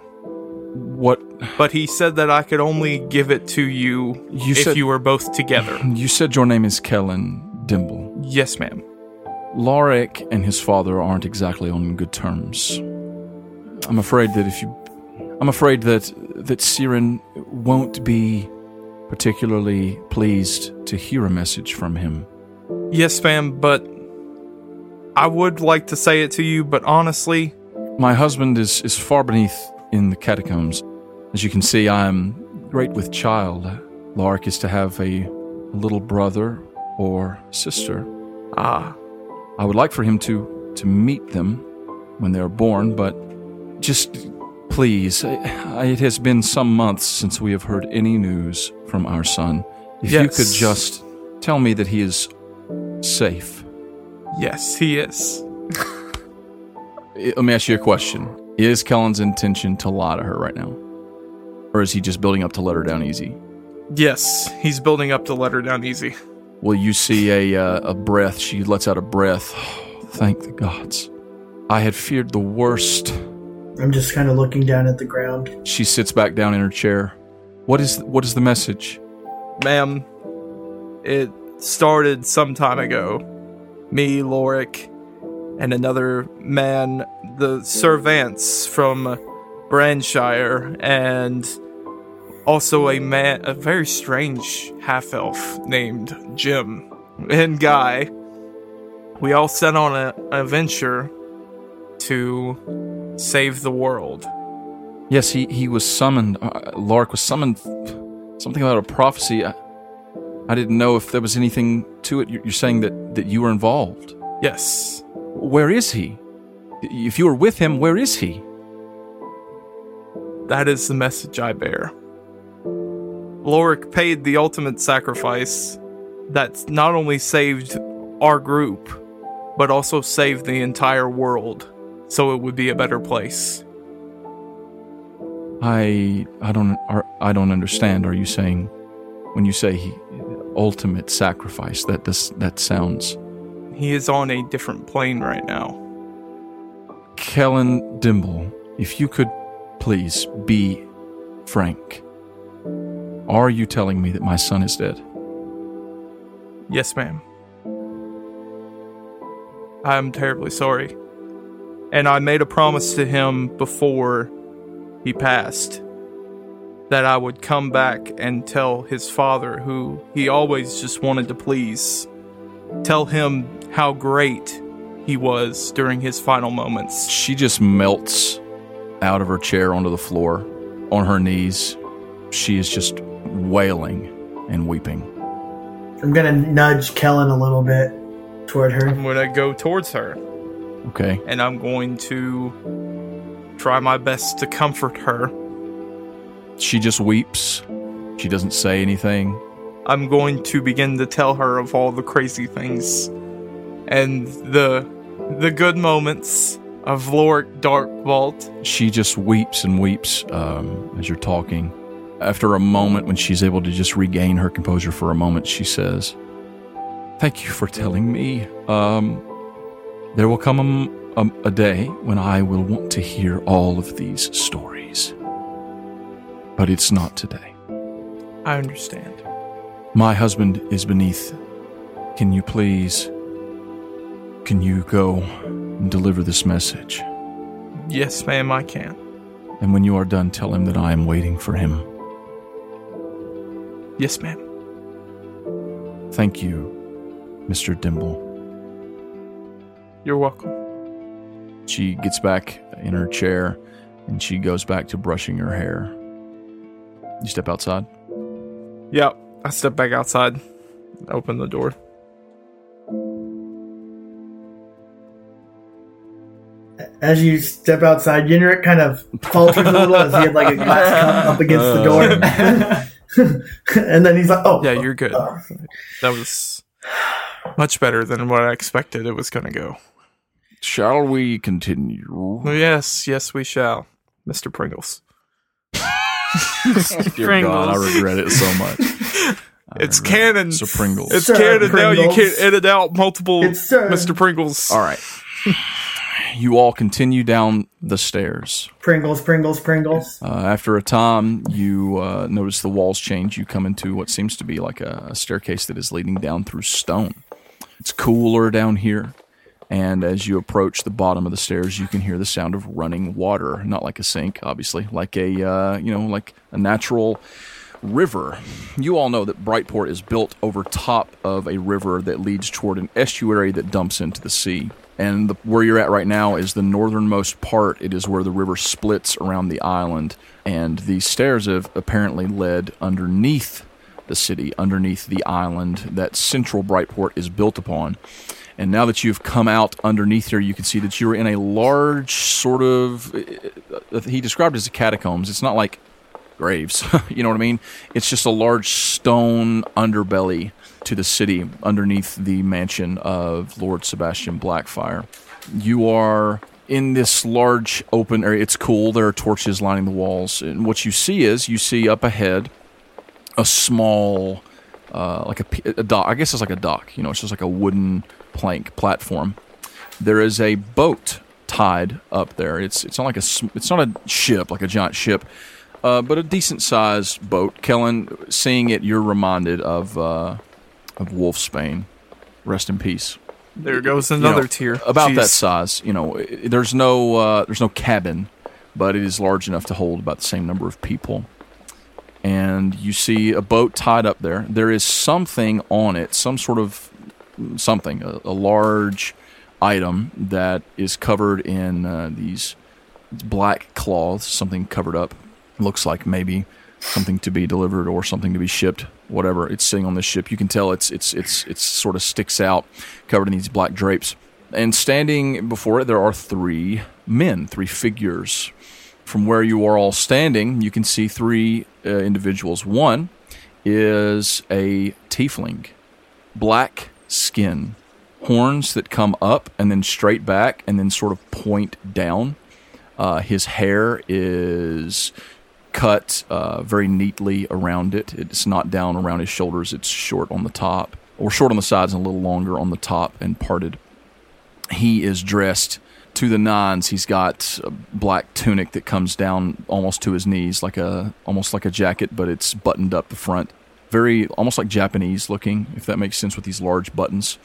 [SPEAKER 1] what
[SPEAKER 6] but he said that I could only give it to you,
[SPEAKER 1] You
[SPEAKER 6] if
[SPEAKER 1] said-
[SPEAKER 6] you were both together.
[SPEAKER 1] you said. Your name is Kellen Dimble.
[SPEAKER 6] yes, ma'am.
[SPEAKER 1] Lorik and his father aren't exactly on good terms. I'm afraid that if you, I'm afraid that that Siren won't be particularly pleased to hear a message from him.
[SPEAKER 6] Yes, ma'am, but I would like to say it to you, but honestly,
[SPEAKER 1] My husband is, is far beneath in the catacombs. As you can see, I am great with child. Lark is to have a little brother or sister.
[SPEAKER 6] Ah,
[SPEAKER 1] I would like for him to to meet them when they are born, but just please, I, I, it has been some months since we have heard any news from our son. If you
[SPEAKER 6] Yes.
[SPEAKER 1] could just tell me that he is safe.
[SPEAKER 6] yes, he is.
[SPEAKER 1] I- Let me ask you a question: Is Kellen's intention to lie to her right now, or is he just building up to let her down easy?
[SPEAKER 6] Yes, he's building up to let her down easy.
[SPEAKER 1] Well, you see a uh, a breath. She lets out a breath. Thank the gods. I had feared the worst.
[SPEAKER 2] I'm just kind of looking down at the ground.
[SPEAKER 1] She sits back down in her chair. What is what is the message?
[SPEAKER 6] Ma'am, it started some time ago. Me, Lorik, and another man, the Servants from Branshire, and also a man, a very strange half elf named Jim and Guy. We all set on a, a venture to save the world.
[SPEAKER 1] Yes, he he was summoned. Uh, Lark was summoned. Something about a prophecy. I, I didn't know if there was anything to it. You're, you're saying that that you were involved.
[SPEAKER 6] Yes,
[SPEAKER 1] Where is he? If you were with him, where is he?
[SPEAKER 6] That is the message I bear. Lorik paid the ultimate sacrifice that not only saved our group, but also saved the entire world so it would be a better place.
[SPEAKER 1] I I don't are, I don't understand. Are you saying when you say he, ultimate sacrifice that this that sounds?
[SPEAKER 6] He is on a different plane right now.
[SPEAKER 1] Kellen Dimble, if you could please be frank. Are you telling me that my son is dead?
[SPEAKER 6] Yes, ma'am. I am terribly sorry. And I made a promise to him before he passed that I would come back and tell his father, who he always just wanted to please, tell him how great he was during his final moments.
[SPEAKER 1] She just melts out of her chair onto the floor, on her knees. She is just wailing and weeping.
[SPEAKER 2] I'm gonna nudge Kellen a little bit toward her.
[SPEAKER 6] I'm gonna go towards her
[SPEAKER 1] Okay.
[SPEAKER 6] and I'm going to try my best to comfort her.
[SPEAKER 1] She just weeps. She doesn't say anything.
[SPEAKER 6] I'm going to begin to tell her of all the crazy things and the the good moments of Lord Dark Vault.
[SPEAKER 1] she just weeps and weeps um, as you're talking. After a moment, when she's able to just regain her composure for a moment, she says, Thank you for telling me. Um, there will come a m- a, a day when I will want to hear all of these stories. But it's not today.
[SPEAKER 6] I understand.
[SPEAKER 1] My husband is beneath. Can you please. Can you go and deliver this message?
[SPEAKER 6] Yes, ma'am, I can.
[SPEAKER 1] And when you are done, tell him that I am waiting for him.
[SPEAKER 6] Yes, ma'am.
[SPEAKER 1] Thank you, Mr. Dimble.
[SPEAKER 6] You're welcome.
[SPEAKER 1] She gets back in her chair and she goes back to brushing her hair. You step outside.
[SPEAKER 6] Yep. I step back outside, open the door.
[SPEAKER 2] As you step outside, Yenrik kind of falters a little as he had like a glass cup up against the door. and then he's like, oh.
[SPEAKER 6] Yeah, you're good. That was much better than what I expected it was going to go.
[SPEAKER 1] Shall we continue?
[SPEAKER 6] Yes, yes, we shall, Mr. Pringles.
[SPEAKER 1] Dear God, I regret it so much. I regret
[SPEAKER 6] It's
[SPEAKER 1] it.
[SPEAKER 6] canon.
[SPEAKER 1] So Pringles.
[SPEAKER 6] It's
[SPEAKER 2] Sir
[SPEAKER 6] canon now. You
[SPEAKER 2] Pringles.
[SPEAKER 6] can't edit out multiple
[SPEAKER 2] It's uh, Sir.
[SPEAKER 6] Mr. Pringles.
[SPEAKER 1] all right. You all continue down the stairs.
[SPEAKER 2] Pringles, Pringles, Pringles.
[SPEAKER 1] Uh, after a time, you uh, notice the walls change. You come into what seems to be like a, a staircase that is leading down through stone. It's cooler down here. And as you approach the bottom of the stairs, you can hear the sound of running water. Not like a sink, obviously, like a, uh, you know, like a natural river. You all know that Brightport is built over top of a river that leads toward an estuary that dumps into the sea. And the, where you're at right now is the northernmost part. It is where the river splits around the island. And these stairs have apparently led underneath the city, underneath the island that central Brightport is built upon. And now that you've come out underneath here, you can see that you're in a large sort of. He described it as catacombs. It's not like graves. you know what I mean? It's just a large stone underbelly to the city underneath the mansion of Lord Sebastian Blackfire. You are in this large open area. It's cool. There are torches lining the walls. And what you see is you see up ahead a small, uh, like a, p- a dock. I guess it's like a dock. You know, it's just like a wooden plank platform. There is a boat tied up there. It's it's not like a sm- it's not a ship like a giant ship, uh, but a decent sized boat. Kellen, seeing it, you're reminded of uh, of Wolf Spain. Rest in peace.
[SPEAKER 6] There goes
[SPEAKER 1] You know,
[SPEAKER 6] another tier.
[SPEAKER 1] about that
[SPEAKER 6] Jeez.
[SPEAKER 1] size. You know, i- i- there's no uh, there's no cabin, but it is large enough to hold about the same number of people. And you see a boat tied up there. There is something on it, some sort of something, a, a large item that is covered in uh, these black cloths, something covered up. Looks like maybe something to be delivered or something to be shipped, whatever. It's sitting on this ship. You can tell it's it's it's it's sort of sticks out, covered in these black drapes. And standing before it, there are three men, three figures. From where you are all standing, you can see three uh, individuals. One is a tiefling, black skin, horns that come up and then straight back and then sort of point down. Uh, his hair is cut uh, very neatly around it. It's not down around his shoulders, it's short on the top, or short on the sides and a little longer on the top and parted. He is dressed to the nines. He's got a black tunic that comes down almost to his knees, like a almost like a jacket, but it's buttoned up the front. Very almost like Japanese looking, if that makes sense with these large buttons.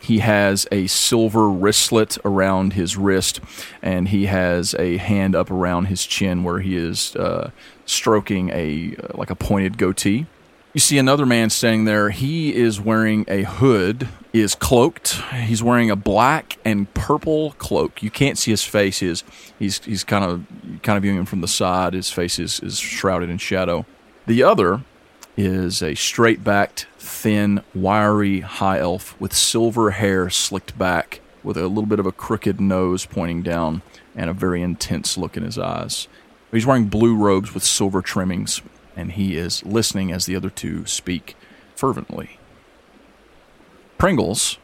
[SPEAKER 1] He has a silver wristlet around his wrist, and he has a hand up around his chin where he is uh, stroking a uh, like a pointed goatee. You see another man standing there. He is wearing a hood, is cloaked. He's wearing a black and purple cloak. You can't see his face. He is he's he's kind of kind of viewing him from the side. His face is, is shrouded in shadow. The other is a straight backed, thin, wiry high elf with silver hair slicked back, with a little bit of a crooked nose pointing down, and a very intense look in his eyes. He's wearing blue robes with silver trimmings, and he is listening as the other two speak fervently. Pringles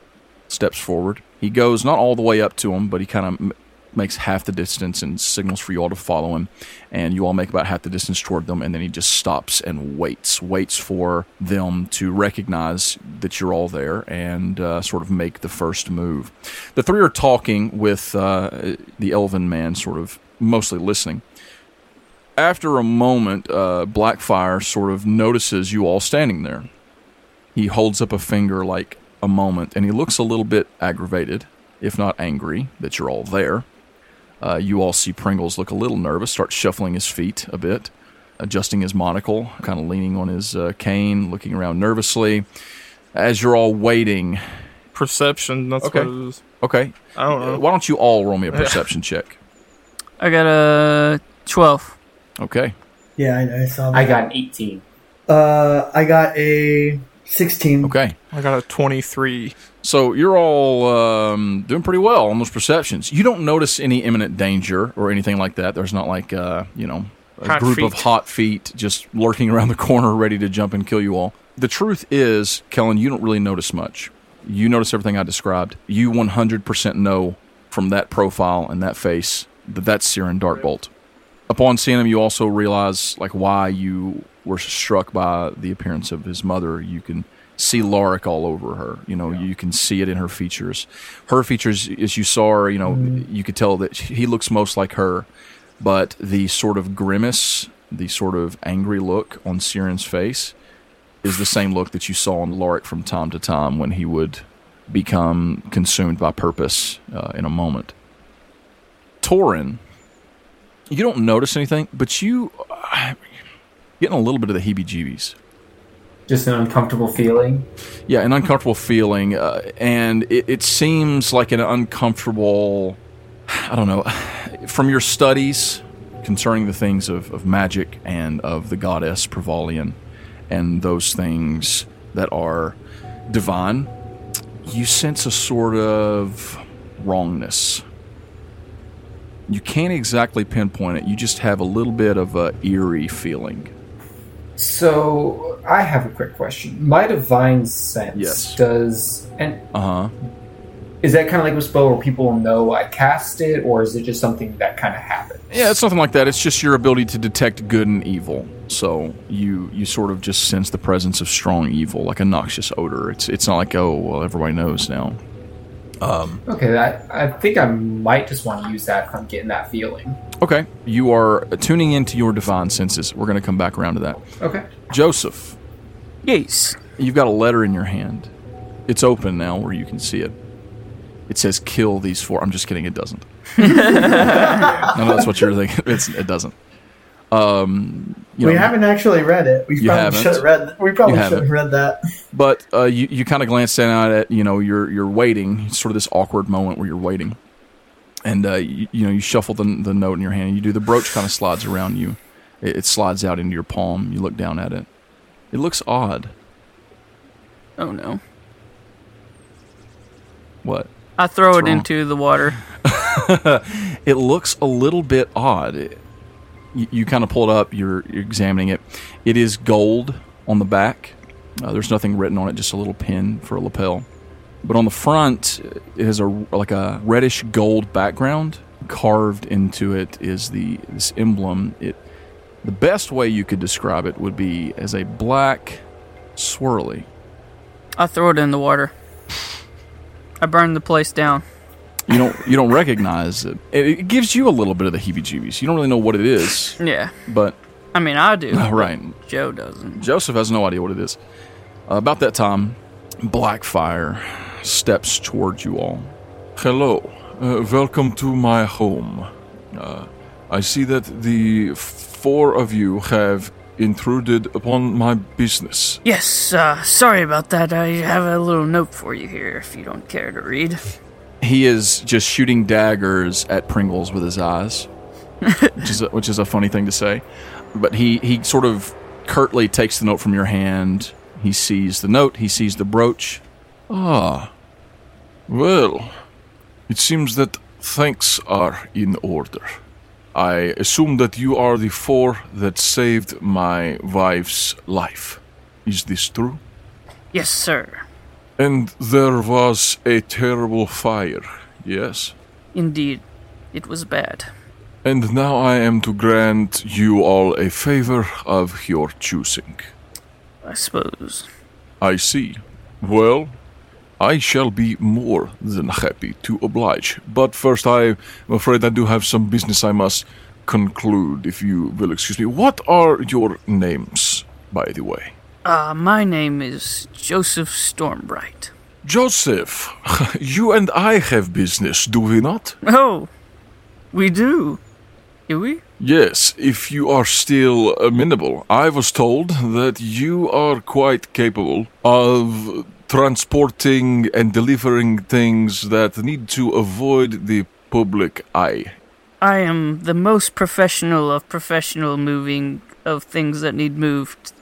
[SPEAKER 1] steps forward. He goes not all the way up to him, but he kind of m- makes half the distance and signals for you all to follow him. And you all make about half the distance toward them, and then he just stops and waits, waits for them to recognize that you're all there and uh, sort of make the first move. The three are talking with uh, the elven man, sort of mostly listening after a moment, uh, Blackfire sort of notices you all standing there. He holds up a finger like a moment, and he looks a little bit aggravated, if not angry, that you're all there. Uh, you all see Pringles look a little nervous, start shuffling his feet a bit, adjusting his monocle, kind of leaning on his uh, cane, looking around nervously. As you're all waiting,
[SPEAKER 6] Perception. That's
[SPEAKER 1] Okay.
[SPEAKER 6] what it is.
[SPEAKER 1] okay,
[SPEAKER 6] I don't
[SPEAKER 1] uh,
[SPEAKER 6] know.
[SPEAKER 1] why don't you all roll me a perception check?
[SPEAKER 4] I got a 12.
[SPEAKER 1] Okay,
[SPEAKER 2] Yeah, I, I saw
[SPEAKER 5] I
[SPEAKER 2] that.
[SPEAKER 5] got an 18.
[SPEAKER 2] uh, I got a 16.
[SPEAKER 1] okay.
[SPEAKER 6] I got a 23.
[SPEAKER 1] So you're all um, doing pretty well on those perceptions. You don't notice any imminent danger or anything like that. There's not like uh, you know a
[SPEAKER 6] Hot
[SPEAKER 1] group of
[SPEAKER 6] feet.
[SPEAKER 1] hot feet just lurking around the corner ready to jump and kill you all. The truth is, Kellen, you don't really notice much. You notice everything I described. You 100% know from that profile and that face that that's Siren Darkbolt. Upon seeing him, you also realize like why you were struck by the appearance of his mother. You can see Lorik all over her. You know, you can see it in her features. Her features, as you saw her, you know, you could tell that he looks most like her, but the sort of grimace, the sort of angry look on Siren's face, is the same look that you saw on Lorik from time to time when he would become consumed by purpose uh, in a moment. Torin you don't notice anything, but you uh, Getting a little bit of the heebie-jeebies.
[SPEAKER 5] Just an uncomfortable feeling.
[SPEAKER 1] Yeah, an uncomfortable feeling, uh, and it, it seems like an uncomfortable. I don't know. From your studies concerning the things of, of magic and of the goddess Prevalian and those things that are divine, you sense a sort of wrongness. You can't exactly pinpoint it. You just have a little bit of a eerie feeling.
[SPEAKER 5] So I have a quick question. My divine sense
[SPEAKER 1] Yes.
[SPEAKER 5] does and
[SPEAKER 1] Uh huh.
[SPEAKER 5] is that kind of like a spell where people know I cast it, or is it just something that kind of happens?
[SPEAKER 1] Yeah, it's nothing like that. It's just your ability to detect good and evil. So you you sort of just sense the presence of strong evil, like a noxious odor. It's it's not like oh well everybody knows now.
[SPEAKER 5] Okay, that I think I might just want to use that if I'm getting that feeling.
[SPEAKER 1] Okay, you are tuning into your divine senses. We're going to come back around to that.
[SPEAKER 5] Okay.
[SPEAKER 1] Joseph,
[SPEAKER 4] Yes.
[SPEAKER 1] You've got a letter in your hand. It's open now where you can see it. It says kill these four. I'm just kidding, it doesn't. no, that's what you're thinking. It's, it doesn't. Um, you
[SPEAKER 2] We
[SPEAKER 1] know,
[SPEAKER 2] haven't actually read it. We
[SPEAKER 1] You
[SPEAKER 2] probably
[SPEAKER 1] haven't.
[SPEAKER 2] should have read. We probably
[SPEAKER 1] You
[SPEAKER 2] should have
[SPEAKER 1] haven't.
[SPEAKER 2] read that.
[SPEAKER 1] But uh, you, you kind of glance down at it. You know, you're you're waiting. It's sort of this awkward moment where you're waiting, and uh, you, you know you shuffle the, the note in your hand. You do the brooch kind of slides around you. It, it slides out into your palm. You look down at it. It looks odd.
[SPEAKER 4] Oh no.
[SPEAKER 1] What?
[SPEAKER 4] I throw it
[SPEAKER 1] wrong?
[SPEAKER 4] into the water.
[SPEAKER 1] it looks a little bit odd. It- you, you kind of pull it up, you're, you're examining it. It is gold on the back. Uh, there's nothing written on it, just a little pin for a lapel. But on the front, it has a like a reddish gold background. Carved into it is the this emblem. It the best way you could describe it would be as a black swirly.
[SPEAKER 4] I throw it in the water. I burn the place down.
[SPEAKER 1] You don't you don't recognize it. It, it gives you a little bit of the heebie-jeebies. You don't really know what it is,
[SPEAKER 4] Yeah.
[SPEAKER 1] but
[SPEAKER 4] I mean, I do.
[SPEAKER 1] all right.
[SPEAKER 4] Joe doesn't.
[SPEAKER 1] Joseph has no idea what it is. Uh, about that time, Blackfire steps towards you all.
[SPEAKER 7] Hello. Uh, welcome to my home. Uh, I see that the four of you have intruded upon my business.
[SPEAKER 4] Yes, uh, sorry about that. I have a little note for you here if you don't care to read.
[SPEAKER 1] He is just shooting daggers at Pringles with his eyes, which is a, which is a funny thing to say. But he, he sort of curtly takes the note from your hand. He sees the note. He sees the brooch. Ah,
[SPEAKER 7] Well, it seems that thanks are in order. I assume that you are the four that saved my wife's life. Is this true?
[SPEAKER 4] Yes, sir.
[SPEAKER 7] And there was a terrible fire, yes?
[SPEAKER 4] Indeed. It was bad.
[SPEAKER 7] And now I am to grant you all a favor of your choosing.
[SPEAKER 4] I suppose.
[SPEAKER 7] I see. Well, I shall be more than happy to oblige. But first, I'm afraid I do have some business I must conclude, if you will excuse me. What are your names, by the way?
[SPEAKER 4] Uh, my name is Joseph Stormbright.
[SPEAKER 7] Joseph, you and I have business, do we not?
[SPEAKER 4] Oh, we do. Do we?
[SPEAKER 7] Yes, if you are still amenable. I was told that you are quite capable of transporting and delivering things that need to avoid the public eye.
[SPEAKER 4] I am the most professional of professional moving of things that need moved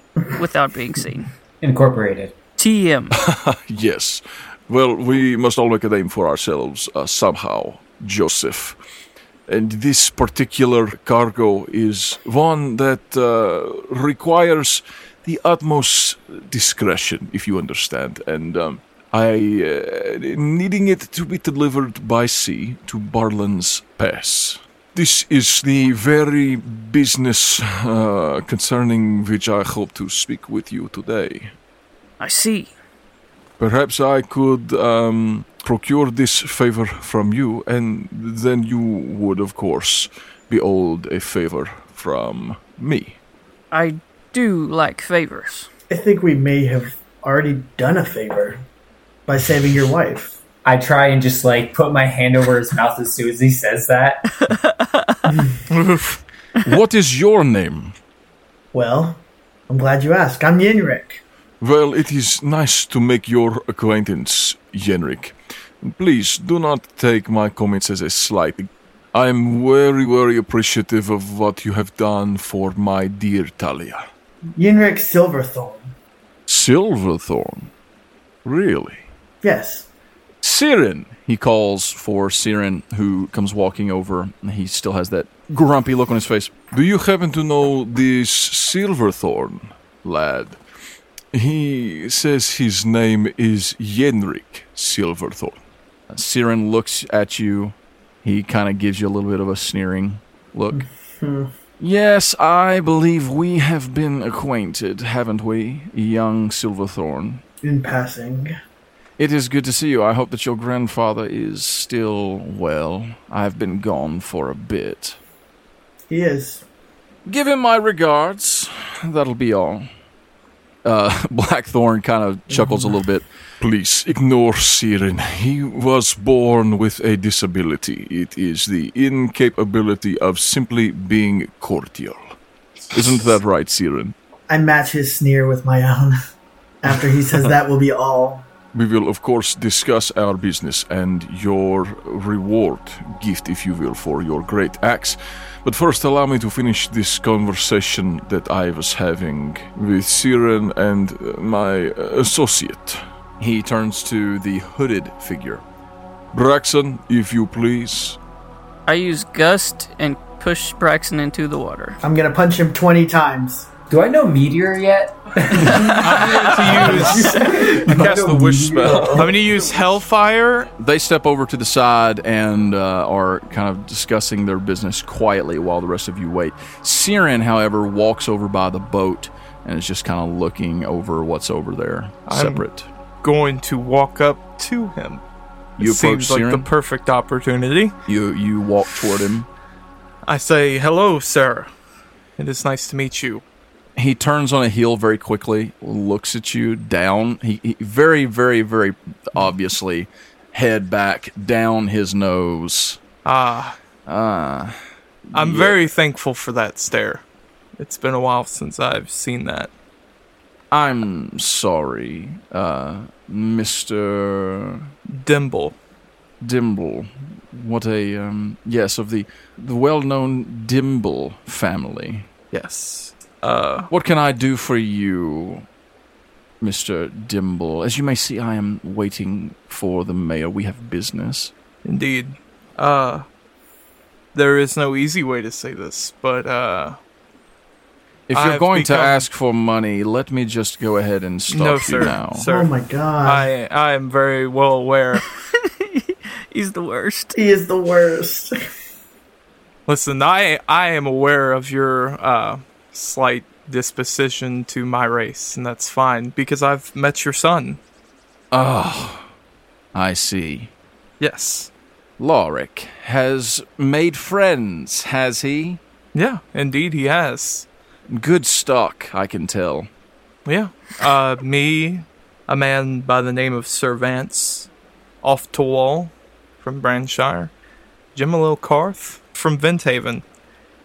[SPEAKER 4] without being seen.
[SPEAKER 5] Incorporated.
[SPEAKER 4] TM.
[SPEAKER 7] Yes. Well, we must all make a name for ourselves uh, somehow, Joseph. And this particular cargo is one that uh, requires the utmost discretion, if you understand. And um, I uh, needing it to be delivered by sea to Barland's Pass. This is the very business uh, concerning which I hope to speak with you today.
[SPEAKER 4] I see.
[SPEAKER 7] Perhaps I could um, procure this favor from you, and then you would, of course, be owed a favor from me.
[SPEAKER 4] I do like favors.
[SPEAKER 2] I think we may have already done a favor by saving your wife.
[SPEAKER 5] I try and just like put my hand over his mouth as soon as he says that.
[SPEAKER 7] what is your name?
[SPEAKER 2] Well, I'm glad you asked. I'm Yenrik.
[SPEAKER 7] Well, it is nice to make your acquaintance, Yenrik. Please do not take my comments as a slight. I'm very, very appreciative of what you have done for my dear Talia.
[SPEAKER 2] Yenrik Silverthorn.
[SPEAKER 7] Silverthorn? Really?
[SPEAKER 2] Yes.
[SPEAKER 1] Siren, he calls for Siren, who comes walking over. He still has that grumpy look on his face.
[SPEAKER 7] Do you happen to know this Silverthorn, lad? He says his name is Yenrik Silverthorn.
[SPEAKER 1] Uh, Siren looks at you. He kind of gives you a little bit of a sneering look. yes, I believe we have been acquainted, haven't we, young Silverthorn?
[SPEAKER 2] In passing.
[SPEAKER 1] It is good to see you. I hope that your grandfather is still well. I've been gone for a bit.
[SPEAKER 2] He is.
[SPEAKER 1] Give him my regards. That'll be all. Uh, Blackthorn kind of chuckles a little bit.
[SPEAKER 7] Please ignore Siren. He was born with a disability. It is the incapability of simply being cordial. Isn't that right, Siren?
[SPEAKER 2] I match his sneer with my own. After he says that will be all.
[SPEAKER 7] We will, of course, discuss our business and your reward, gift, if you will, for your great acts. But first, allow me to finish this conversation that I was having with Siren and uh, my uh, associate.
[SPEAKER 1] He turns to the hooded figure.
[SPEAKER 7] Braxton, if you please.
[SPEAKER 4] I use gust and push Braxton into the water.
[SPEAKER 2] I'm gonna punch him 20 times.
[SPEAKER 5] Do I know Meteor yet?
[SPEAKER 6] I cast the wish spell. I'm gonna use Hellfire.
[SPEAKER 1] They step over to the side and uh, are kind of discussing their business quietly while the rest of you wait. Siren, however, walks over by the boat and is just kind of looking over what's over there, separate.
[SPEAKER 6] Going to walk up to him.
[SPEAKER 1] You approach
[SPEAKER 6] Seems like
[SPEAKER 1] Siren.
[SPEAKER 6] the perfect opportunity.
[SPEAKER 1] you you walk toward him.
[SPEAKER 6] I say, "Hello, sir. It is nice to meet you."
[SPEAKER 1] He turns on a heel very quickly, looks at you down. He, he very very very obviously head back down his nose.
[SPEAKER 6] Ah, ah. I'm very thankful for that stare. It's been a while since I've seen that.
[SPEAKER 1] I'm sorry, uh, Mister.
[SPEAKER 6] Dimble.
[SPEAKER 1] Dimble. What a um, yes of the the well-known Dimble family.
[SPEAKER 6] Yes. Uh,
[SPEAKER 1] What can I do for you, Mister Dimble? As you may see, I am waiting for the mayor. We have business.
[SPEAKER 6] indeed. Uh, there is no easy way to say this, but uh,
[SPEAKER 1] If
[SPEAKER 6] I
[SPEAKER 1] you're
[SPEAKER 6] have
[SPEAKER 1] going to
[SPEAKER 6] become-
[SPEAKER 1] ask for money, let me just go ahead and stop
[SPEAKER 6] no,
[SPEAKER 1] you
[SPEAKER 6] sir.
[SPEAKER 1] now.
[SPEAKER 6] Sir,
[SPEAKER 2] Oh my god.
[SPEAKER 6] I I am very well aware.
[SPEAKER 4] He's the worst.
[SPEAKER 2] he is the worst.
[SPEAKER 6] Listen, I I am aware of your uh, slight disposition to my race, and that's fine because I've met your son.
[SPEAKER 1] Ah, I see.
[SPEAKER 6] Yes.
[SPEAKER 1] Lorik has made friends, has he?
[SPEAKER 6] Yeah, indeed, he has.
[SPEAKER 1] Good stock, I can tell.
[SPEAKER 6] Yeah. Uh, me, a man by the name of Sir Vance, off to wall from Branshire, Jimalil Carth from Venthaven,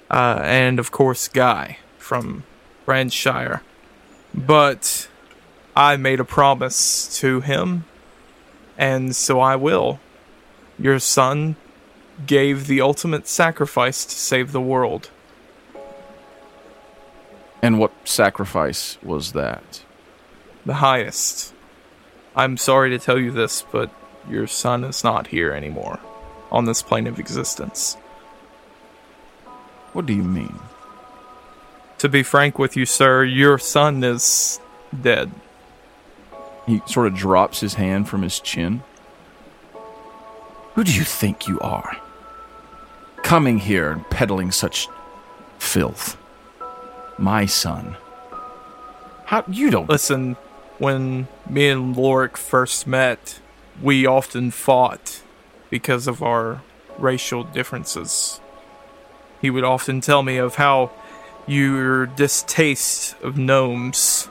[SPEAKER 6] uh, and of course Guy from Branshire. But I made a promise to him, and so I will. Your son gave the ultimate sacrifice to save the world.
[SPEAKER 1] And what sacrifice was that?
[SPEAKER 6] the highest. I'm sorry to tell you this, but your son is not here anymore on this plane of existence.
[SPEAKER 1] What do you mean?
[SPEAKER 6] To be frank with you, sir, your son is dead.
[SPEAKER 1] He sort of drops his hand from his chin. Who do you think you are? Coming here and peddling such filth. My son. How you don't
[SPEAKER 6] Listen, when me and Lorik first met, we often fought because of our racial differences. He would often tell me of how your distaste of gnomes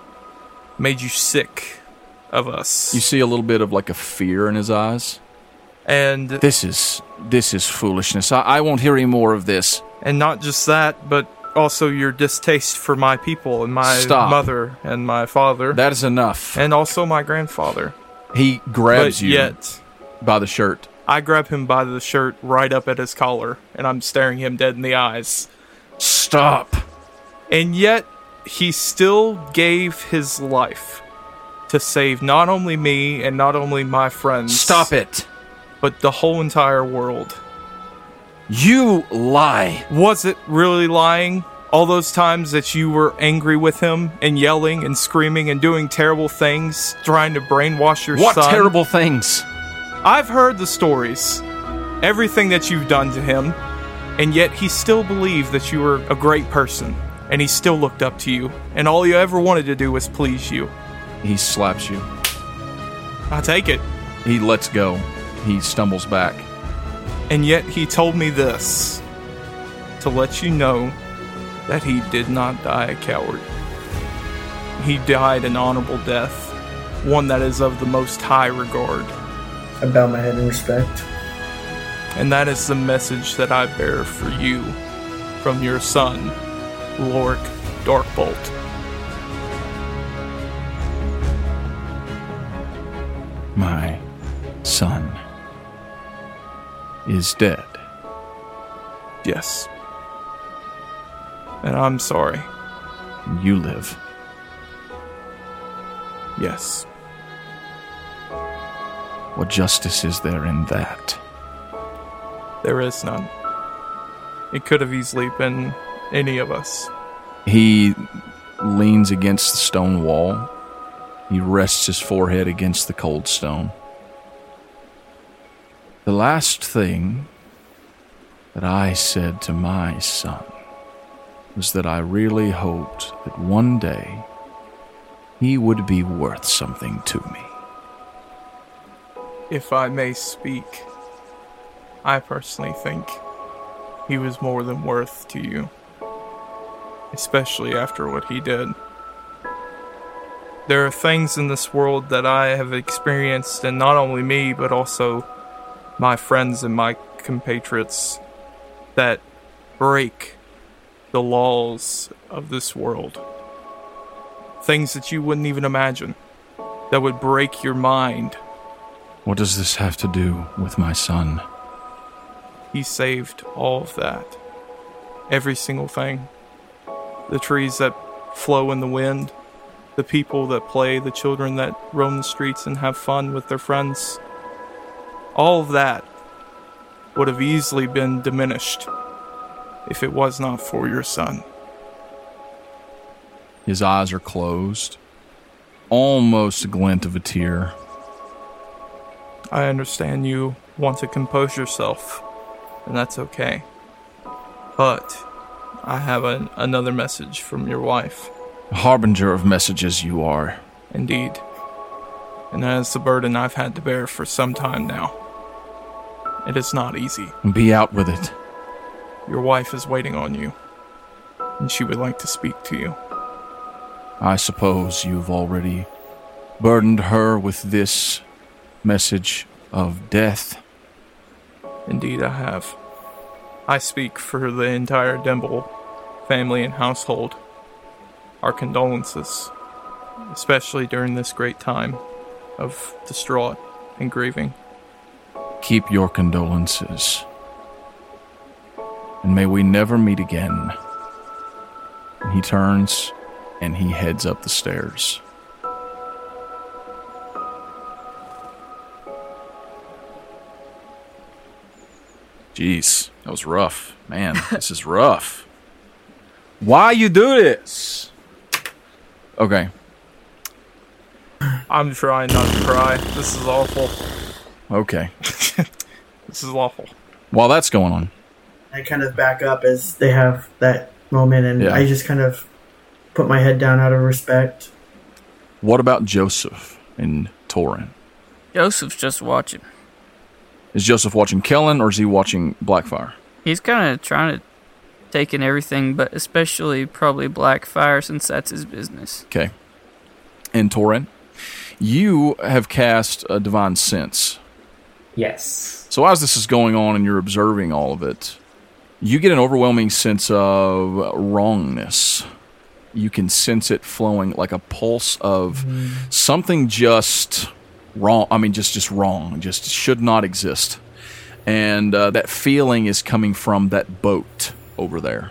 [SPEAKER 6] made you sick of us.
[SPEAKER 1] you see a little bit of like a fear in his eyes?
[SPEAKER 6] and
[SPEAKER 1] This is this is foolishness. I, I won't hear any more of this.
[SPEAKER 6] And not just that, but also your distaste for my people and my
[SPEAKER 1] Stop.
[SPEAKER 6] mother and my father
[SPEAKER 1] That is enough.
[SPEAKER 6] and also my grandfather.
[SPEAKER 1] He grabs
[SPEAKER 6] Uh, But
[SPEAKER 1] you
[SPEAKER 6] yet,
[SPEAKER 1] by the shirt.
[SPEAKER 6] I grab him by the shirt right up at his collar and I'm staring him dead in the eyes.
[SPEAKER 1] Stop.
[SPEAKER 6] And yet, he still gave his life to save not only me and not only my friends.
[SPEAKER 1] Stop it.
[SPEAKER 6] But the whole entire world.
[SPEAKER 1] You lie.
[SPEAKER 6] Was it really lying? All those times that you were angry with him and yelling and screaming and doing terrible things, trying to brainwash your
[SPEAKER 1] What
[SPEAKER 6] son.
[SPEAKER 1] terrible things?
[SPEAKER 6] I've heard the stories, everything that you've done to him, and yet he still believed that you were a great person, and he still looked up to you, and all you ever wanted to do was please you.
[SPEAKER 1] He slaps you.
[SPEAKER 6] I take it.
[SPEAKER 1] He lets go. He stumbles back.
[SPEAKER 6] And yet he told me this to let you know that he did not die a coward. He died an honorable death, one that is of the most high regard.
[SPEAKER 2] I bow my head in respect.
[SPEAKER 6] And that is the message that I bear for you from your son, Lorik Darkbolt.
[SPEAKER 1] My son is dead.
[SPEAKER 6] Yes. And I'm sorry.
[SPEAKER 1] You live.
[SPEAKER 6] Yes.
[SPEAKER 1] What justice is there in that?
[SPEAKER 6] There is none. It could have easily been any of us.
[SPEAKER 1] He leans against the stone wall. He rests his forehead against the cold stone. The last thing that I said to my son was that I really hoped that one day he would be worth something to me.
[SPEAKER 6] If I may speak, I personally think he was more than worth to you. Especially after what he did. There are things in this world that I have experienced, and not only me, but also my friends and my compatriots, that break the laws of this world. Things that you wouldn't even imagine, that would break your mind.
[SPEAKER 1] What does this have to do with my son?
[SPEAKER 6] He saved all of that. Every single thing. The trees that flow in the wind, the people that play, the children that roam the streets and have fun with their friends. All of that would have easily been diminished if it was not for your son.
[SPEAKER 1] His eyes are closed, almost a glint of a tear.
[SPEAKER 6] I understand you want to compose yourself, and that's okay. But I have an, another message from your wife.
[SPEAKER 1] Harbinger of messages, you are.
[SPEAKER 6] Indeed. And that is the burden I've had to bear for some time now. It is not easy.
[SPEAKER 1] Be out with it.
[SPEAKER 6] Your wife is waiting on you, and she would like to speak to you.
[SPEAKER 1] I suppose you've already burdened her with this message of death.
[SPEAKER 6] Indeed, I have. I speak for the entire Dimble family and household. Our condolences, especially during this great time of distraught and grieving.
[SPEAKER 1] Keep your condolences. And may we never meet again. And he turns and he heads up the stairs. Jeez, that was rough. Man, this is rough. Why you do this? Okay.
[SPEAKER 6] I'm trying not to cry. This is awful.
[SPEAKER 1] Okay.
[SPEAKER 6] This is awful.
[SPEAKER 1] While that's going on,
[SPEAKER 2] I kind of back up as they have that moment, and
[SPEAKER 1] Yeah.
[SPEAKER 2] I just kind of put my head down out of respect.
[SPEAKER 1] what about Joseph and Torin?
[SPEAKER 4] Joseph's just watching.
[SPEAKER 1] Is Joseph watching Kellen or is he watching Blackfire?
[SPEAKER 4] He's kind of trying to take in everything, but especially probably Blackfire, since that's his business.
[SPEAKER 1] Okay. And Torin, you have cast a divine sense.
[SPEAKER 5] Yes.
[SPEAKER 1] So as this is going on and you're observing all of it, You get an overwhelming sense of wrongness. You can sense it flowing like a pulse of something just wrong. I mean, just just wrong. Just should not exist. And uh, that feeling is coming from that boat over there.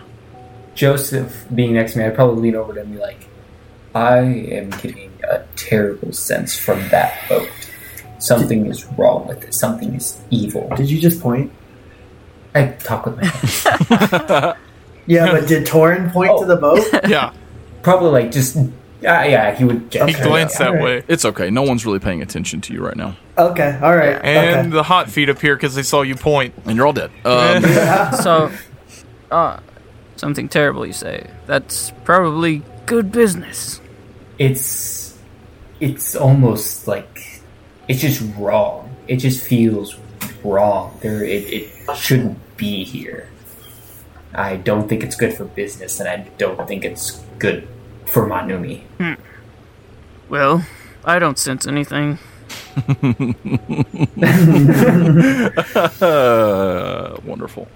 [SPEAKER 5] Joseph being next to me, I'd probably lean over to him and be like, I am getting a terrible sense from that boat. Something is wrong with it. Something is evil.
[SPEAKER 2] Did you just point?
[SPEAKER 5] I talk with my head.
[SPEAKER 2] Yeah, but did Torin point to the boat?
[SPEAKER 6] Yeah,
[SPEAKER 5] Probably like just. Uh, yeah, he would.
[SPEAKER 6] he
[SPEAKER 5] gesture.
[SPEAKER 6] glanced that
[SPEAKER 2] Alright.
[SPEAKER 6] way.
[SPEAKER 1] It's okay. No one's really paying attention to you right now,
[SPEAKER 2] Okay, all right.
[SPEAKER 6] And
[SPEAKER 2] okay.
[SPEAKER 6] the hot feet appear because they saw you point.
[SPEAKER 1] and you're all dead. Um,
[SPEAKER 4] So, uh, something terrible you say. That's probably good business.
[SPEAKER 5] It's. It's almost like. It's just wrong. It just feels wrong. There, it, it shouldn't be here. I don't think it's good for business, and I don't think it's good for Manumi.
[SPEAKER 4] Well, I don't sense anything.
[SPEAKER 1] uh, wonderful.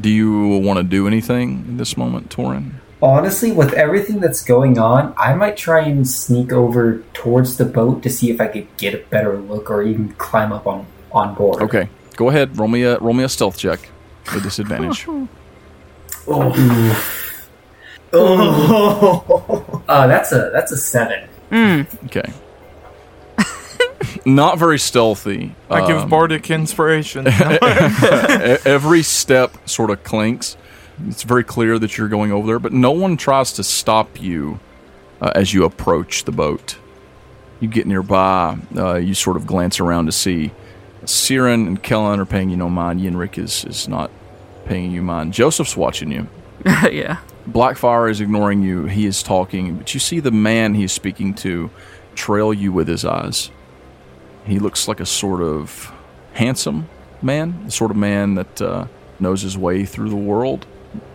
[SPEAKER 1] Do you want to do anything in this moment, Torin?
[SPEAKER 5] Honestly, with everything that's going on, I might try and sneak over towards the boat to see if I could get a better look or even climb up on, on board.
[SPEAKER 1] Okay, go ahead. Roll me a roll me a stealth check with disadvantage.
[SPEAKER 5] Uh, that's a that's a seven.
[SPEAKER 1] okay. Not very stealthy.
[SPEAKER 6] I give
[SPEAKER 1] Um,
[SPEAKER 6] bardic inspiration.
[SPEAKER 1] e- every step sort of clinks. It's very clear that you're going over there, but no one tries to stop you uh, as you approach the boat. You get nearby, uh, you sort of glance around to see Siren and Kellen are paying you no mind. Yenrik is, is not paying you mind. Joseph's watching you.
[SPEAKER 4] yeah.
[SPEAKER 1] Blackfire is ignoring you. He is talking, but you see the man he's speaking to trail you with his eyes. He looks like a sort of handsome man, the sort of man that uh, knows his way through the world.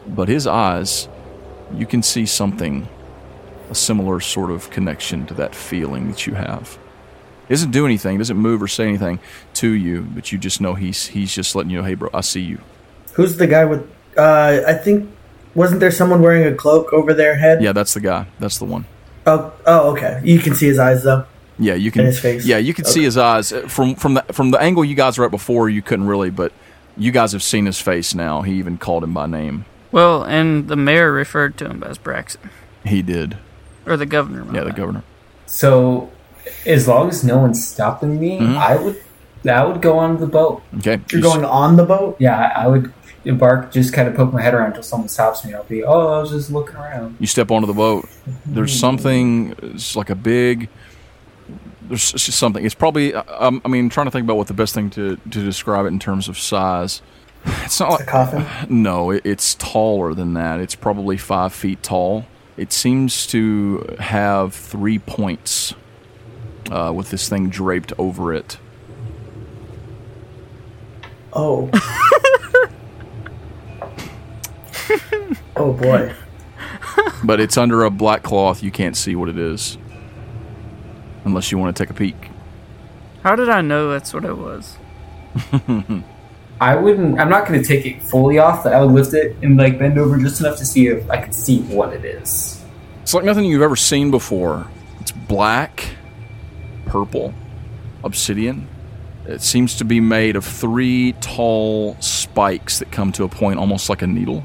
[SPEAKER 1] But his eyes, you can see something, a similar sort of connection to that feeling that you have. He doesn't do anything, doesn't move or say anything to you, but you just know he's he's just letting you know, hey, bro, I see you.
[SPEAKER 2] Who's the guy with? Uh, I think wasn't there someone wearing a cloak over their head?
[SPEAKER 1] Yeah, that's the guy. That's the one.
[SPEAKER 2] Oh, oh, okay. You can see his eyes though.
[SPEAKER 1] Yeah, you can.
[SPEAKER 2] And his face.
[SPEAKER 1] Yeah, you can see his eyes Uh, from from the from the angle you guys were at before. You couldn't really, but you guys have seen his face now. He even called him by name.
[SPEAKER 4] Well, and the mayor referred to him as Braxton.
[SPEAKER 1] He did.
[SPEAKER 4] Or the governor. my
[SPEAKER 1] Yeah, the
[SPEAKER 4] bad.
[SPEAKER 1] governor.
[SPEAKER 5] So, as long as no one's stopping me, I would I would go on the boat.
[SPEAKER 1] Okay,
[SPEAKER 2] You're going on the boat.
[SPEAKER 5] Yeah, I, I would embark, just kind of poke my head around until someone stops me. I'll be, oh, I was just looking around.
[SPEAKER 1] you step onto the boat. There's
[SPEAKER 2] Mm-hmm.
[SPEAKER 1] something. It's like a big. There's just something. It's probably. I, I'm- I mean, trying to think about what the best thing to to describe it in terms of size. It's not
[SPEAKER 2] The
[SPEAKER 1] like
[SPEAKER 2] coffin.
[SPEAKER 1] No, it, it's taller than that. It's probably five feet tall. It seems to have three points uh, with this thing draped over it.
[SPEAKER 2] Oh. oh boy.
[SPEAKER 1] But it's under a black cloth. You can't see what it is unless you want to take a peek.
[SPEAKER 4] How did I know that's what it was?
[SPEAKER 5] I wouldn't. I'm not going to take it fully off. But I would lift it and like bend over just enough to see if I could see what it is.
[SPEAKER 1] It's like nothing you've ever seen before. It's black, purple, obsidian. It seems to be made of three tall spikes that come to a point almost like a needle.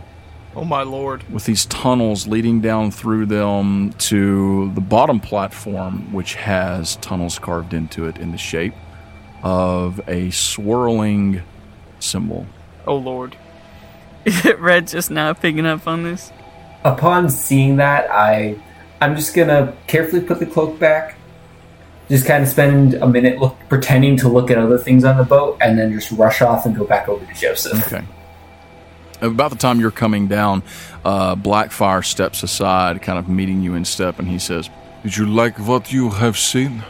[SPEAKER 6] oh my lord!
[SPEAKER 1] with these tunnels leading down through them to the bottom platform, which has tunnels carved into it in the shape of a swirling symbol.
[SPEAKER 6] Oh lord!
[SPEAKER 4] Red just now picking up on this.
[SPEAKER 5] Upon seeing that, I I'm just going to carefully put the cloak back. Just kind of spend a minute look, pretending to look at other things on the boat, and then just rush off and go back over to Joseph.
[SPEAKER 1] Okay. About the time you're coming down, uh, Blackfire steps aside, kind of meeting you in step, and he says,
[SPEAKER 7] Did you like what you have seen?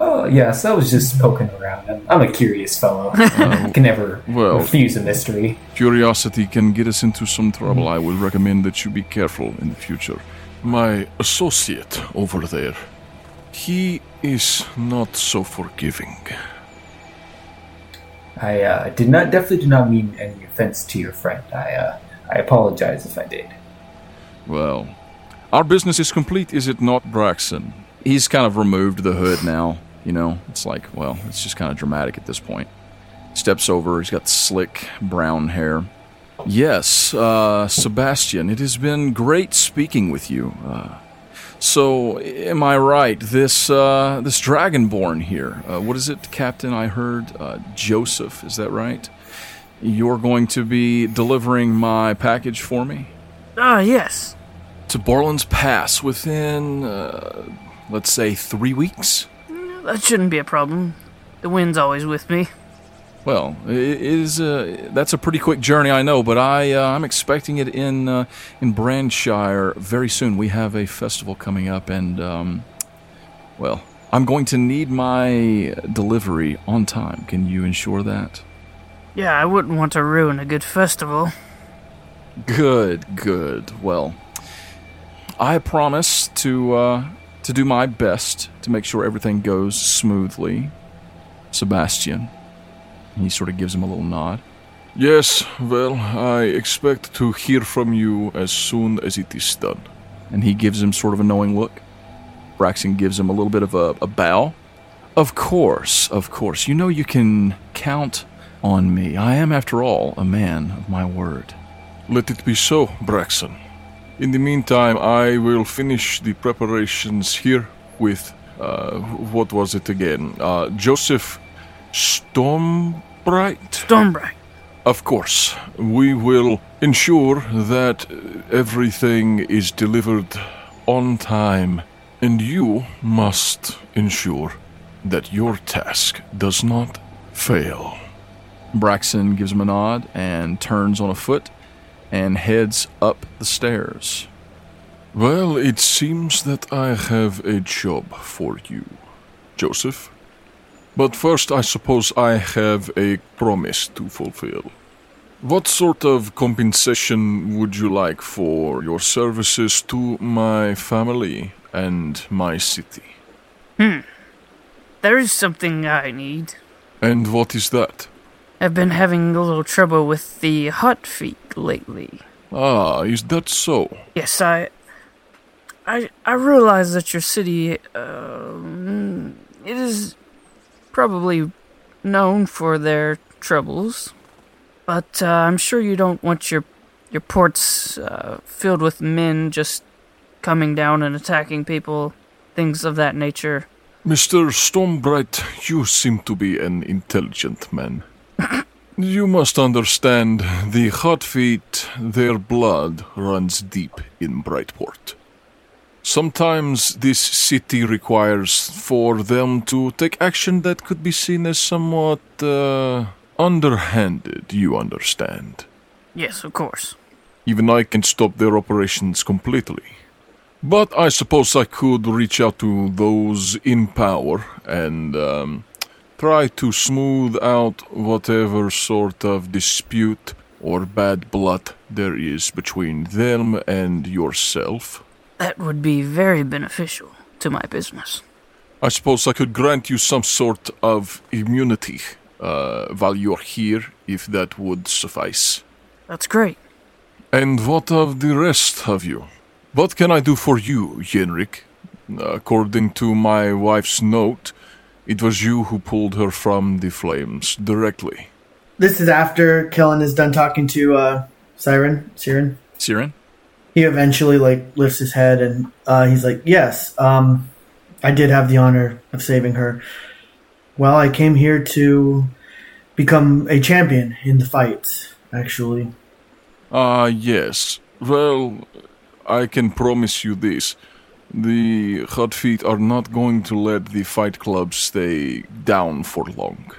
[SPEAKER 5] Oh yes, I was just poking around. I'm, I'm a curious fellow. I can never
[SPEAKER 7] well-
[SPEAKER 5] refuse a mystery.
[SPEAKER 7] Curiosity can get us into some trouble. I would recommend that you be careful in the future. My associate over there, he is not so forgiving.
[SPEAKER 5] I uh, did not, definitely do not mean any offense to your friend. I, uh, I apologize if I did.
[SPEAKER 8] Well, our business is complete, is it not, Braxton? He's kind of removed the hood now. You know, it's like, well, it's just kind of dramatic at this point. Steps over. He's got slick brown hair. Yes, uh, Sebastian, it has been great speaking with you. Uh, so, am I right? This uh, this dragonborn here. Uh, what is it, Captain? I heard uh, Joseph. Is that right? You're going to be delivering my package for me
[SPEAKER 4] Ah, yes.
[SPEAKER 8] to Borland's Pass within, uh, let's say, three weeks.
[SPEAKER 4] That shouldn't be a problem. The wind's always with me.
[SPEAKER 8] Well, i- it is uh, that's a pretty quick journey, I know, but I uh, I'm expecting it in uh, in Branshire very soon. We have a festival coming up, and um, well, I'm going to need my delivery on time. Can you ensure that?
[SPEAKER 4] Yeah, I wouldn't want to ruin a good festival.
[SPEAKER 8] Good, good. Well, I promise to uh, to do my best to make sure everything goes smoothly. Sebastian, he sort of gives him a little nod.
[SPEAKER 1] Yes, well, I expect to hear from you as soon as it is done.
[SPEAKER 8] and he gives him sort of a knowing look. Braxton gives him a little bit of a, a bow. Of course, of course. You know you can count on me. I am, after all, a man of my word.
[SPEAKER 1] Let it be so, Braxton. In the meantime, I will finish the preparations here with uh, what was it again? Uh, Joseph Stormbright.
[SPEAKER 4] Stormbright.
[SPEAKER 1] Of course, we will ensure that everything is delivered on time, and you must ensure that your task does not fail.
[SPEAKER 8] Braxton gives him a nod and turns on a foot and heads up the stairs.
[SPEAKER 1] Well, it seems that I have a job for you, Joseph. But first, I suppose I have a promise to fulfill. What sort of compensation would you like for your services to my family and my city?
[SPEAKER 4] There is something I need.
[SPEAKER 1] And what is that?
[SPEAKER 4] I've been having a little trouble with the hot feet lately.
[SPEAKER 1] Ah, is that so?
[SPEAKER 4] Yes, I, I, I realize that your city, um, it is probably known for their troubles, but uh, I'm sure you don't want your your ports uh, filled with men just coming down and attacking people, things of that nature.
[SPEAKER 1] Mr. Stormbright, you seem to be an intelligent man. you must understand the Hot Feet, their blood runs deep in Brightport. Sometimes this city requires for them to take action that could be seen as somewhat uh, underhanded, you understand.
[SPEAKER 4] Yes, of course.
[SPEAKER 1] Even I can stop their operations completely. But I suppose I could reach out to those in power and um, try to smooth out whatever sort of dispute or bad blood there is between them and yourself.
[SPEAKER 4] That would be very beneficial to my business.
[SPEAKER 1] I suppose I could grant you some sort of immunity uh, while you're here, if that would suffice.
[SPEAKER 4] That's great.
[SPEAKER 1] And what of the rest of you? What can I do for you, Yenrik? According to my wife's note, it was you who pulled her from the flames directly.
[SPEAKER 2] This is after Kellen is done talking to uh, Siren. Siren.
[SPEAKER 8] Siren?
[SPEAKER 2] He eventually like lifts his head and uh, he's like, "Yes, um, I did have the honor of saving her. Well, I came here to become a champion in the fights. Actually,
[SPEAKER 1] Ah, yes. Well, I can promise you this. The Hot Feet are not going to let the Fight Club stay down for long.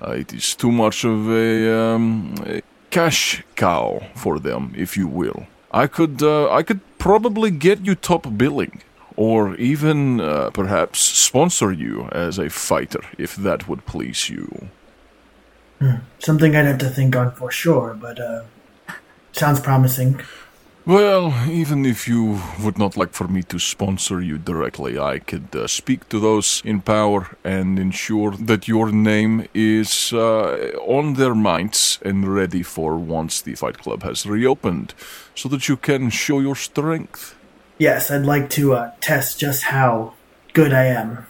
[SPEAKER 1] Uh, it is too much of a, um, a cash cow for them, if you will. I could, uh, I could probably get you top billing, or even uh, perhaps sponsor you as a fighter, if that would please you.
[SPEAKER 2] something I'd have to think on for sure, but uh, sounds promising.
[SPEAKER 1] Well, even if you would not like for me to sponsor you directly, I could uh, speak to those in power and ensure that your name is uh, on their minds and ready for once the Fight Club has reopened, so that you can show your strength.
[SPEAKER 2] Yes, I'd like to uh, test just how good I am,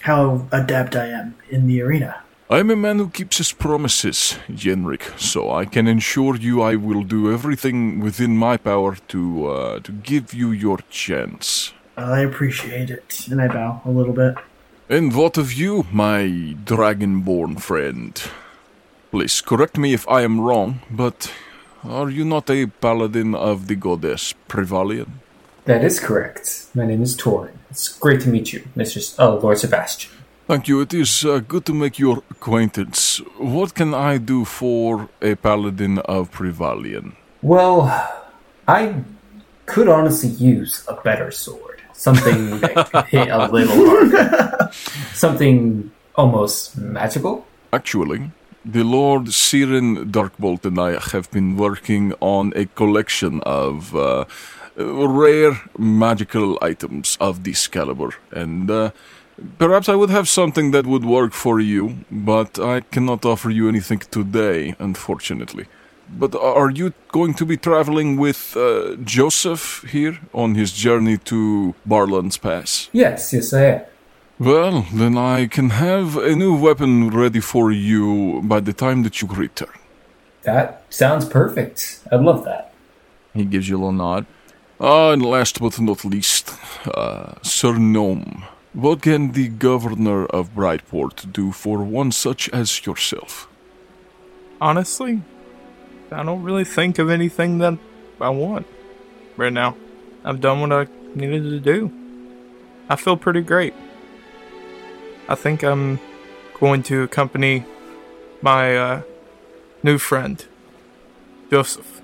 [SPEAKER 2] how adept I am in the arena.
[SPEAKER 1] I'm a man who keeps his promises, Jenrik, so I can ensure you I will do everything within my power to uh, to give you your chance.
[SPEAKER 2] I appreciate it, and I bow a little bit.
[SPEAKER 1] And what of you, my dragonborn friend? Please correct me if I am wrong, but are you not a paladin of the goddess Privalian?
[SPEAKER 5] That is correct. My name is Torn. It's great to meet you, Mr. Oh, Lord Sebastian.
[SPEAKER 1] Thank you. It is uh, good to make your acquaintance. What can I do for a paladin of Privalian?
[SPEAKER 5] Well, I could honestly use a better sword. Something that could hit a little harder. Something almost magical.
[SPEAKER 1] Actually, the Lord Siren Darkbolt and I have been working on a collection of. Uh, rare magical items of this caliber, and uh, Perhaps I would have something that would work for you, but I cannot offer you anything today, unfortunately. But are you going to be traveling with uh, Joseph here on his journey to Barland's Pass?
[SPEAKER 5] Yes, yes, I am.
[SPEAKER 1] Well, then I can have a new weapon ready for you by the time that you return.
[SPEAKER 5] That sounds perfect. I'd love that.
[SPEAKER 9] He gives you a little nod.
[SPEAKER 1] Ah, and last but not least, uh, Sir Gnome. What can the governor of Brightport do for one such as yourself?
[SPEAKER 6] Honestly, I don't really think of anything that I want right now. I've done what I needed to do. I feel pretty great. I think I'm going to accompany my uh, new friend, Joseph.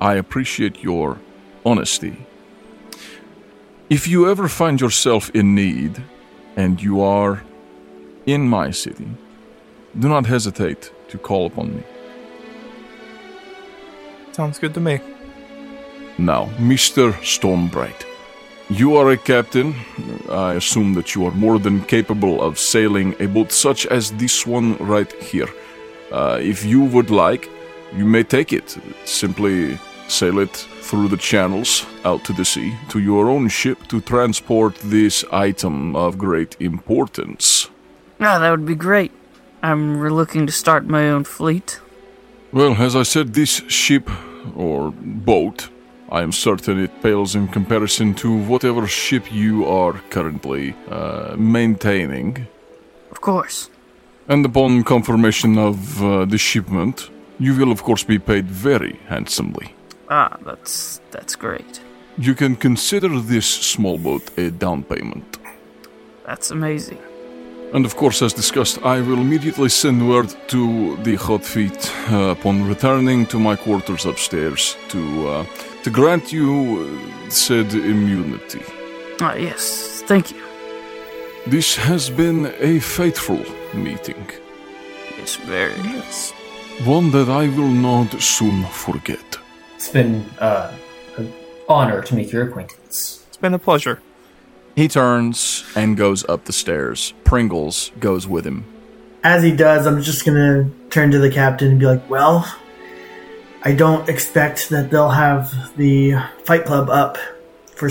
[SPEAKER 1] I appreciate your honesty if you ever find yourself in need and you are in my city, do not hesitate to call upon me.
[SPEAKER 6] Sounds good to me.
[SPEAKER 1] Now, Mr. Stormbright, you are a captain. I assume that you are more than capable of sailing a boat such as this one right here. Uh, if you would like, you may take it. Simply sail it through the channels out to the sea to your own ship to transport this item of great importance.
[SPEAKER 4] Ah, that would be great. I'm re- looking to start my own fleet.
[SPEAKER 1] Well, as I said, this ship or boat, I am certain it pales in comparison to whatever ship you are currently uh, maintaining.
[SPEAKER 4] Of course.
[SPEAKER 1] And upon confirmation of uh, the shipment, you will of course be paid very handsomely.
[SPEAKER 4] Ah, that's that's great.
[SPEAKER 1] You can consider this small boat a down payment.
[SPEAKER 4] That's amazing.
[SPEAKER 1] And of course, as discussed, I will immediately send word to the Hot Feet uh, upon returning to my quarters upstairs to uh, to grant you uh, said immunity.
[SPEAKER 4] Ah, yes, thank you.
[SPEAKER 1] This has been a fateful meeting.
[SPEAKER 4] It's very yes.
[SPEAKER 1] One that I will not soon forget.
[SPEAKER 5] It's been uh, an honor to make your acquaintance.
[SPEAKER 6] It's been a pleasure.
[SPEAKER 9] He turns and goes up the stairs. Pringles goes with him.
[SPEAKER 2] As he does, I'm just gonna turn to the captain and be like, "Well, I don't expect that they'll have the Fight Club up for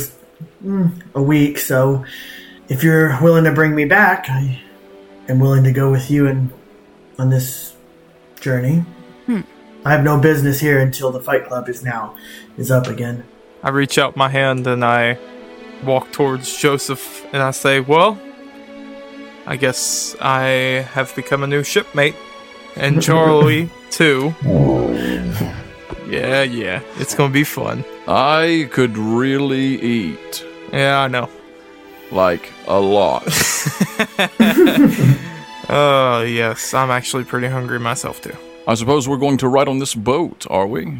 [SPEAKER 2] mm, a week. So, if you're willing to bring me back, I am willing to go with you and on this journey." I have no business here until the Fight Club is now is up again.
[SPEAKER 6] I reach out my hand and I walk towards Joseph and I say, Well, I guess I have become a new shipmate. And Charlie, too. Yeah, yeah. It's going to be fun.
[SPEAKER 9] I could really eat
[SPEAKER 6] Yeah, I know.
[SPEAKER 9] like a lot.
[SPEAKER 6] Oh, yes. I'm actually pretty hungry myself, too.
[SPEAKER 9] I suppose we're going to ride on this boat, are we?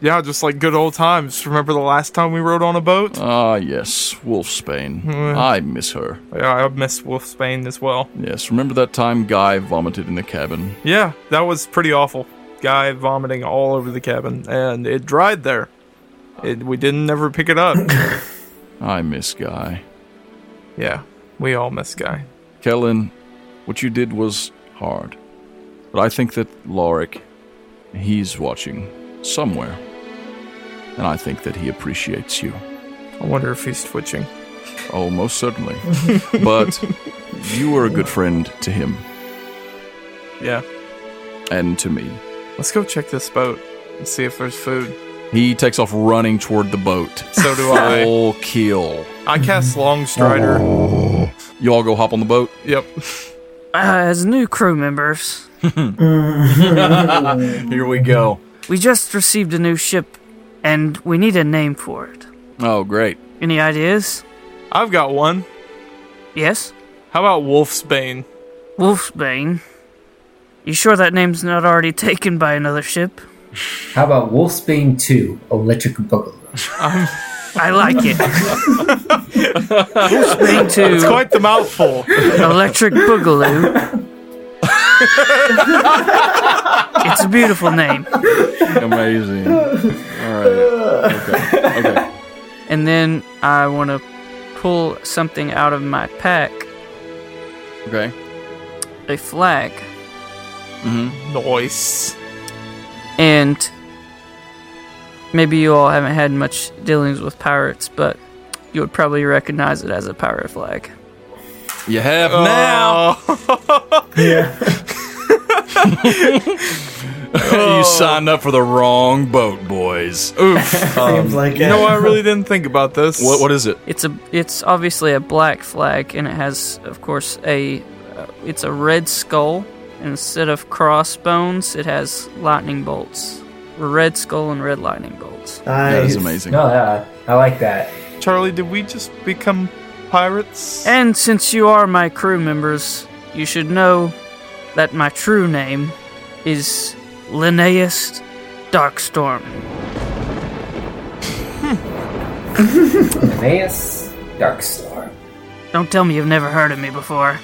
[SPEAKER 6] Yeah, just like good old times. Remember the last time we rode on a boat?
[SPEAKER 9] Ah, yes, Wolfsbane.
[SPEAKER 1] Hmm.
[SPEAKER 9] I miss her.
[SPEAKER 6] Yeah, I miss Wolf Spain as well.
[SPEAKER 9] Yes, remember that time Guy vomited in the cabin?
[SPEAKER 6] Yeah, that was pretty awful. Guy vomiting all over the cabin, and it dried there. It, we didn't ever pick it up.
[SPEAKER 1] I miss Guy.
[SPEAKER 6] yeah, we all miss Guy.
[SPEAKER 1] Kellen, what you did was hard. But I think that Lorik, he's watching somewhere. And I think that he appreciates you.
[SPEAKER 6] I wonder if he's twitching.
[SPEAKER 1] Oh, most certainly. but you were a good friend to him
[SPEAKER 6] Yeah,
[SPEAKER 1] and to me.
[SPEAKER 6] let's go check this boat and see if there's food.
[SPEAKER 1] He takes off running toward the boat.
[SPEAKER 6] So do I.
[SPEAKER 1] Full kill.
[SPEAKER 6] I cast Long
[SPEAKER 1] Oh.
[SPEAKER 6] Strider.
[SPEAKER 1] You all go hop on the boat.
[SPEAKER 6] Yep.
[SPEAKER 4] Uh, As new crew members,
[SPEAKER 1] Here we go.
[SPEAKER 4] we just received a new ship, and we need a name for it.
[SPEAKER 1] Oh, great.
[SPEAKER 4] Any ideas?
[SPEAKER 6] I've got one.
[SPEAKER 4] Yes?
[SPEAKER 6] How about Wolf's Bane?
[SPEAKER 4] Wolfsbane. You sure that name's not already taken by another ship?
[SPEAKER 5] How about Wolfsbane 2 Electric Boogaloo?
[SPEAKER 4] I like it. Wolfsbane
[SPEAKER 6] It's
[SPEAKER 4] 2,
[SPEAKER 6] quite the mouthful.
[SPEAKER 4] Electric Boogaloo. it's a beautiful name.
[SPEAKER 1] Amazing. all right. Okay. Okay.
[SPEAKER 4] And then I want to pull something out of my pack
[SPEAKER 1] Okay.
[SPEAKER 4] a flag
[SPEAKER 6] Noise.
[SPEAKER 4] And maybe you all haven't had much dealings with pirates, but you would probably recognize it as a pirate flag.
[SPEAKER 1] You have now. you signed up for the wrong boat, boys.
[SPEAKER 6] Oof.
[SPEAKER 1] Um,
[SPEAKER 2] Seems like
[SPEAKER 6] You know, I really didn't think about this.
[SPEAKER 1] What? What is it?
[SPEAKER 4] It's a it's obviously a black flag, and it has, of course, a uh, it's a red skull. And instead of crossbones, it has lightning bolts. Red skull and red lightning bolts.
[SPEAKER 1] That
[SPEAKER 2] Nice.
[SPEAKER 1] is amazing.
[SPEAKER 5] No, yeah, Ah, I like that.
[SPEAKER 6] Charlie, did we just become pirates?
[SPEAKER 4] And since you are my crew members, you should know that my true name is Linnaeus Darkstorm.
[SPEAKER 5] Linnaeus Darkstar.
[SPEAKER 4] Don't tell me you've never heard of me before.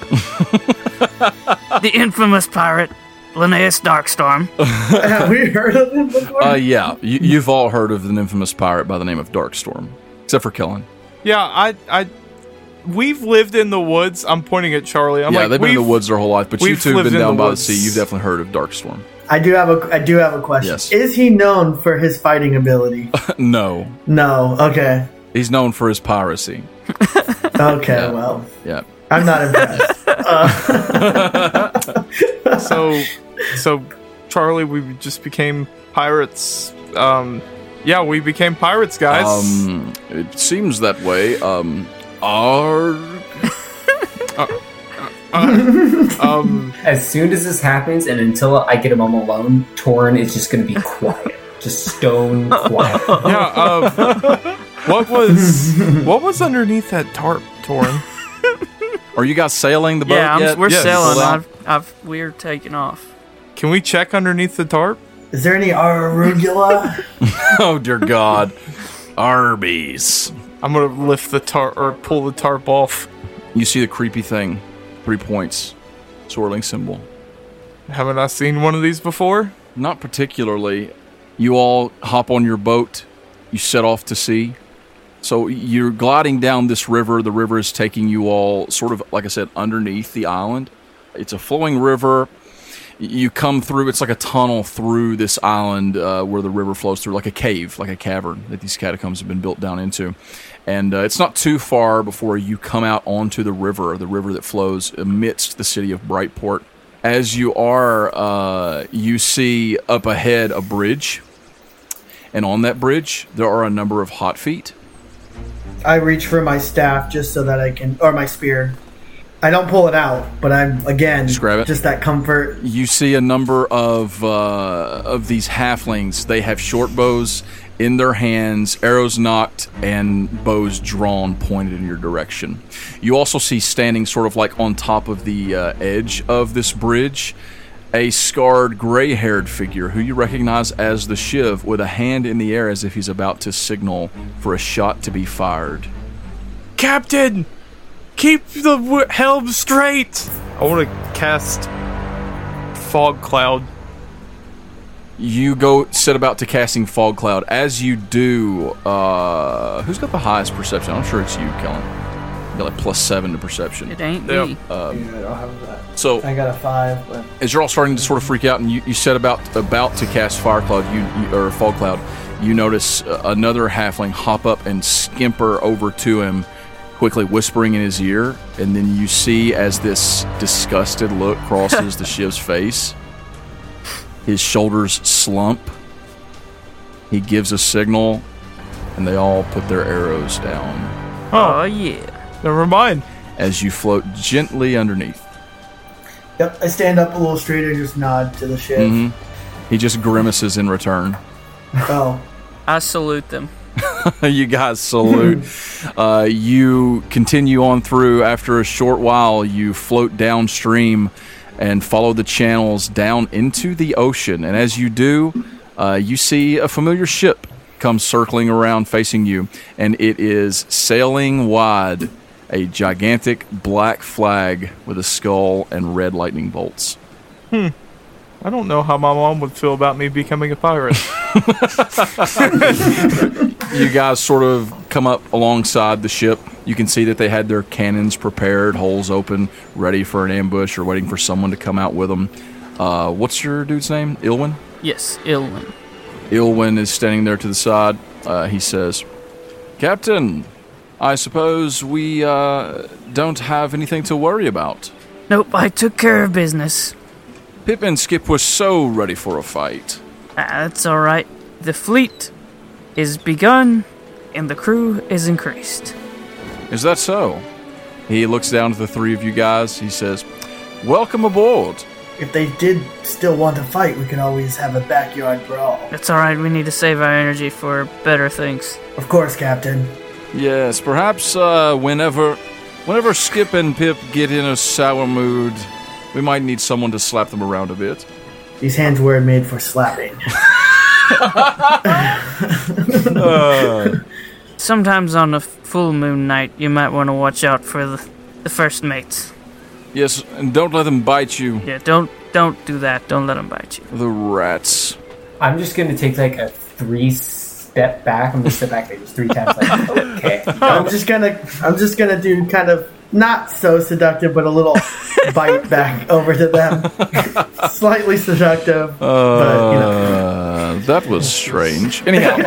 [SPEAKER 4] the infamous pirate, Linnaeus Darkstorm.
[SPEAKER 2] Have we heard of him before?
[SPEAKER 1] Uh, yeah, you, you've all heard of an infamous pirate by the name of Darkstorm, except for Kellen.
[SPEAKER 6] Yeah, I, I, we've lived in the woods. I'm pointing at Charlie. I'm
[SPEAKER 1] yeah,
[SPEAKER 6] like,
[SPEAKER 1] they've been in the
[SPEAKER 6] we've-
[SPEAKER 1] woods their whole life, but you
[SPEAKER 6] we've
[SPEAKER 1] two have
[SPEAKER 6] lived
[SPEAKER 1] been
[SPEAKER 6] in
[SPEAKER 1] down
[SPEAKER 6] the
[SPEAKER 1] by
[SPEAKER 6] woods.
[SPEAKER 1] the sea. You've definitely heard of Darkstorm.
[SPEAKER 2] I do have a I do have a question.
[SPEAKER 1] Yes.
[SPEAKER 2] Is he known for his fighting ability?
[SPEAKER 1] no,
[SPEAKER 2] no. Okay.
[SPEAKER 1] he's known for his piracy.
[SPEAKER 2] Okay. Well,
[SPEAKER 1] Yeah,
[SPEAKER 2] I'm not impressed.
[SPEAKER 6] So, so Charlie, we just became pirates. Um, yeah, we became pirates, guys.
[SPEAKER 1] um, it seems that way. Um, our
[SPEAKER 6] um
[SPEAKER 5] As soon as this happens, and until I get him on alone, Torn is just going to be quiet. just stone quiet.
[SPEAKER 6] yeah. Uh, what was what was underneath that tarp, Torin?
[SPEAKER 1] Are you guys sailing the boat
[SPEAKER 4] Yeah, I'm,
[SPEAKER 1] yet?
[SPEAKER 4] we're
[SPEAKER 6] yes.
[SPEAKER 4] sailing.
[SPEAKER 6] Well,
[SPEAKER 4] I've, I've, we're taking off.
[SPEAKER 6] Can we check underneath the tarp?
[SPEAKER 2] Is there any arugula?
[SPEAKER 1] Oh dear God, Arby's.
[SPEAKER 6] I'm gonna lift the tarp or pull the tarp off.
[SPEAKER 1] You see the creepy thing, three points, swirling symbol.
[SPEAKER 6] Haven't I seen one of these before?
[SPEAKER 1] Not particularly. You all hop on your boat. You set off to sea. So you're gliding down this river. The river is taking you all, sort of, like I said, underneath the island. It's a flowing river. You come through, it's like a tunnel through this island uh, where the river flows through, like a cave, like a cavern that these catacombs have been built down into. And uh, it's not too far before you come out onto the river, the river that flows amidst the city of Brightport. As you are, uh, you see up ahead a bridge. And on that bridge, there are a number of hot feet.
[SPEAKER 2] I reach for my staff just so that I can, or my spear. I don't pull it out, but I'm again
[SPEAKER 1] Just grab it.
[SPEAKER 2] Just that comfort.
[SPEAKER 1] You see a number of uh, of these halflings. They have short bows in their hands, arrows knocked, and bows drawn, pointed in your direction. You also see standing, sort of like on top of the uh, edge of this bridge, a scarred, gray-haired figure who you recognize as the Shiv, with a hand in the air as if he's about to signal for a shot to be fired.
[SPEAKER 6] Captain, keep the w- helm straight. I want to cast fog cloud.
[SPEAKER 1] You go set about to casting fog cloud. As you do, uh, who's got the highest perception? I'm sure it's you, Kellen. You got like plus seven to perception.
[SPEAKER 4] It ain't
[SPEAKER 6] Yeah.
[SPEAKER 4] me.
[SPEAKER 5] Yeah, I'll have that.
[SPEAKER 1] So
[SPEAKER 5] I got a five. But
[SPEAKER 1] as you're all starting to sort of freak out and you, you set about about to cast fire cloud you, you or fog cloud you notice uh, another halfling hop up and skimper over to him quickly whispering in his ear and then you see as this disgusted look crosses the shiv's face his shoulders slump he gives a signal and they all put their arrows down
[SPEAKER 4] Oh yeah.
[SPEAKER 6] Never mind.
[SPEAKER 1] as you float gently underneath
[SPEAKER 2] Yep, I stand up a little straighter and just nod to the ship.
[SPEAKER 1] Mm-hmm. he just grimaces in return
[SPEAKER 2] Oh,
[SPEAKER 4] I salute them.
[SPEAKER 1] you guys salute. uh, you continue on through. After a short while, you float downstream and follow the channels down into the ocean. And as you do, uh, you see a familiar ship come circling around facing you, and it is sailing wide. A gigantic black flag with a skull and red lightning bolts.
[SPEAKER 6] I don't know how my mom would feel about me becoming a pirate.
[SPEAKER 1] you guys sort of come up alongside the ship. You can see that they had their cannons prepared, holes open, ready for an ambush or waiting for someone to come out with them. Uh, what's your dude's name? Ilwin?
[SPEAKER 4] Yes, Ilwin.
[SPEAKER 1] Ilwin is standing there to the side. Uh, he says, Captain, I suppose we uh, don't have anything to worry about.
[SPEAKER 4] Nope, I took care of business.
[SPEAKER 1] Pip and Skip were so ready for a fight.
[SPEAKER 4] Ah, That's all right. The fleet is begun, and the crew is increased.
[SPEAKER 1] Is that so? He looks down at the three of you guys. He says, Welcome aboard.
[SPEAKER 2] if they did still want to fight, we can always have a backyard brawl.
[SPEAKER 4] That's all right. We need to save our energy for better things.
[SPEAKER 2] Of course, Captain.
[SPEAKER 1] Yes, perhaps uh, whenever, whenever Skip and Pip get in a sour mood, we might need someone to slap them around a bit.
[SPEAKER 2] These hands were made for slapping.
[SPEAKER 4] Sometimes on a full moon night, you might want to watch out for the, the first mates.
[SPEAKER 1] Yes, and don't let them bite you,
[SPEAKER 4] Yeah, don't don't do that. Don't let them bite you.
[SPEAKER 1] the rats.
[SPEAKER 5] I'm just gonna take like a three step back. I'm gonna step back like just three times. Like okay,
[SPEAKER 2] I'm just gonna, I'm just gonna do kind of not so seductive, but a little bite back over to them, slightly seductive. but, you know.
[SPEAKER 1] Uh, that was strange. Anyhow,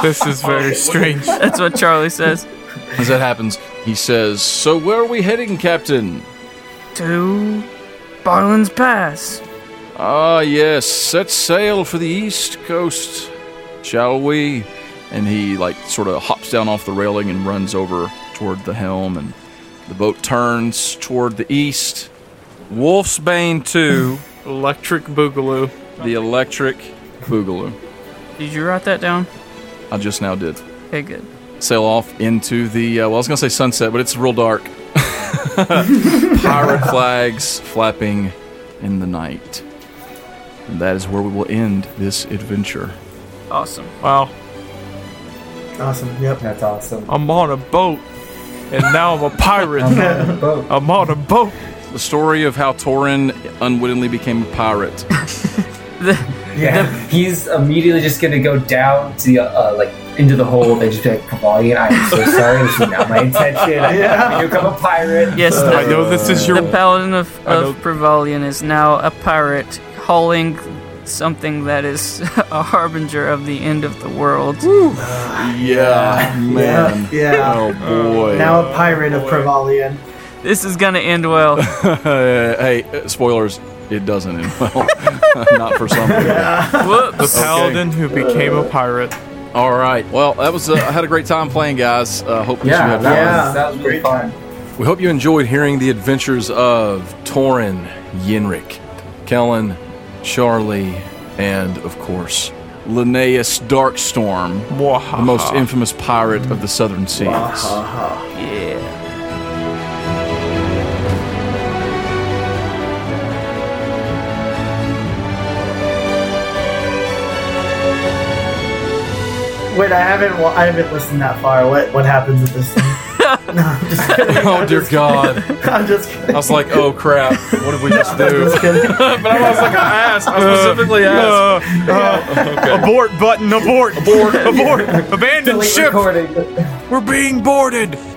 [SPEAKER 6] this is very strange.
[SPEAKER 4] That's what Charlie says.
[SPEAKER 1] as that happens, he says, "So where are we heading, Captain?"
[SPEAKER 4] To Barlin's Pass.
[SPEAKER 1] Ah, yes, set sail for the east coast, shall we? And he, like, sort of hops down off the railing and runs over toward the helm, and the boat turns toward the east. Wolfsbane 2,
[SPEAKER 6] Electric Boogaloo.
[SPEAKER 1] the electric boogaloo.
[SPEAKER 4] Did you write that down?
[SPEAKER 1] I just now did.
[SPEAKER 4] Okay, good.
[SPEAKER 1] Sail off into the, uh, well, I was going to say sunset, but it's real dark. Pirate flags flapping in the night. And that is where we will end this adventure.
[SPEAKER 4] Awesome.
[SPEAKER 6] Wow.
[SPEAKER 1] Uh,
[SPEAKER 2] Awesome. Yep.
[SPEAKER 5] that's awesome.
[SPEAKER 6] I'm on a boat, and now I'm a pirate.
[SPEAKER 5] Boat.
[SPEAKER 6] I'm on a boat.
[SPEAKER 1] The story of how Torin unwittingly became a pirate.
[SPEAKER 5] Yeah, he's immediately just gonna go down to the uh, like into the hole and just be like, Kavalian, I'm so sorry, this is not my intention. I become a pirate.
[SPEAKER 4] Yes, the,
[SPEAKER 6] Uh, I know this is your.
[SPEAKER 4] the paladin of,
[SPEAKER 6] I
[SPEAKER 4] of Prevalian is now a pirate hauling something that is a harbinger of the end of the world.
[SPEAKER 5] Ah,
[SPEAKER 1] yeah, man.
[SPEAKER 2] Uh, Yeah.
[SPEAKER 1] Oh boy.
[SPEAKER 2] now a pirate of Prevalian.
[SPEAKER 4] This is gonna end well.
[SPEAKER 1] Uh, hey, uh, spoilers. It doesn't end well. Not for some people.
[SPEAKER 6] the
[SPEAKER 4] Whoops.
[SPEAKER 6] paladin who became a pirate.
[SPEAKER 1] All right. Well, that was. Uh, I had a great time playing, guys. Uh, hope that you
[SPEAKER 5] Yeah,
[SPEAKER 1] had
[SPEAKER 5] that,
[SPEAKER 1] fun.
[SPEAKER 2] Yeah.
[SPEAKER 5] Was, that was really fun.
[SPEAKER 1] We hope you enjoyed hearing the adventures of Torin, Yenrik, Kellen, Charlie, and of course Linnaeus Darkstorm,
[SPEAKER 6] Mwahaha.
[SPEAKER 1] the most
[SPEAKER 6] Uh-huh.
[SPEAKER 1] infamous pirate of the Southern Seas.
[SPEAKER 4] Yeah.
[SPEAKER 2] Wait, I haven't. Well, I haven't listened that far. What what happens with this thing? no, I'm just kidding.
[SPEAKER 1] Oh dear God!
[SPEAKER 2] I'm just kidding.
[SPEAKER 1] I was like, oh crap, what did we just
[SPEAKER 2] I'm
[SPEAKER 1] do?
[SPEAKER 2] just kidding.
[SPEAKER 1] But I was like, I asked. I specifically asked.
[SPEAKER 6] Uh, uh, Abort button, abort, abort, abort, abandon
[SPEAKER 5] Delete
[SPEAKER 6] ship.
[SPEAKER 5] recording.
[SPEAKER 6] We're being boarded.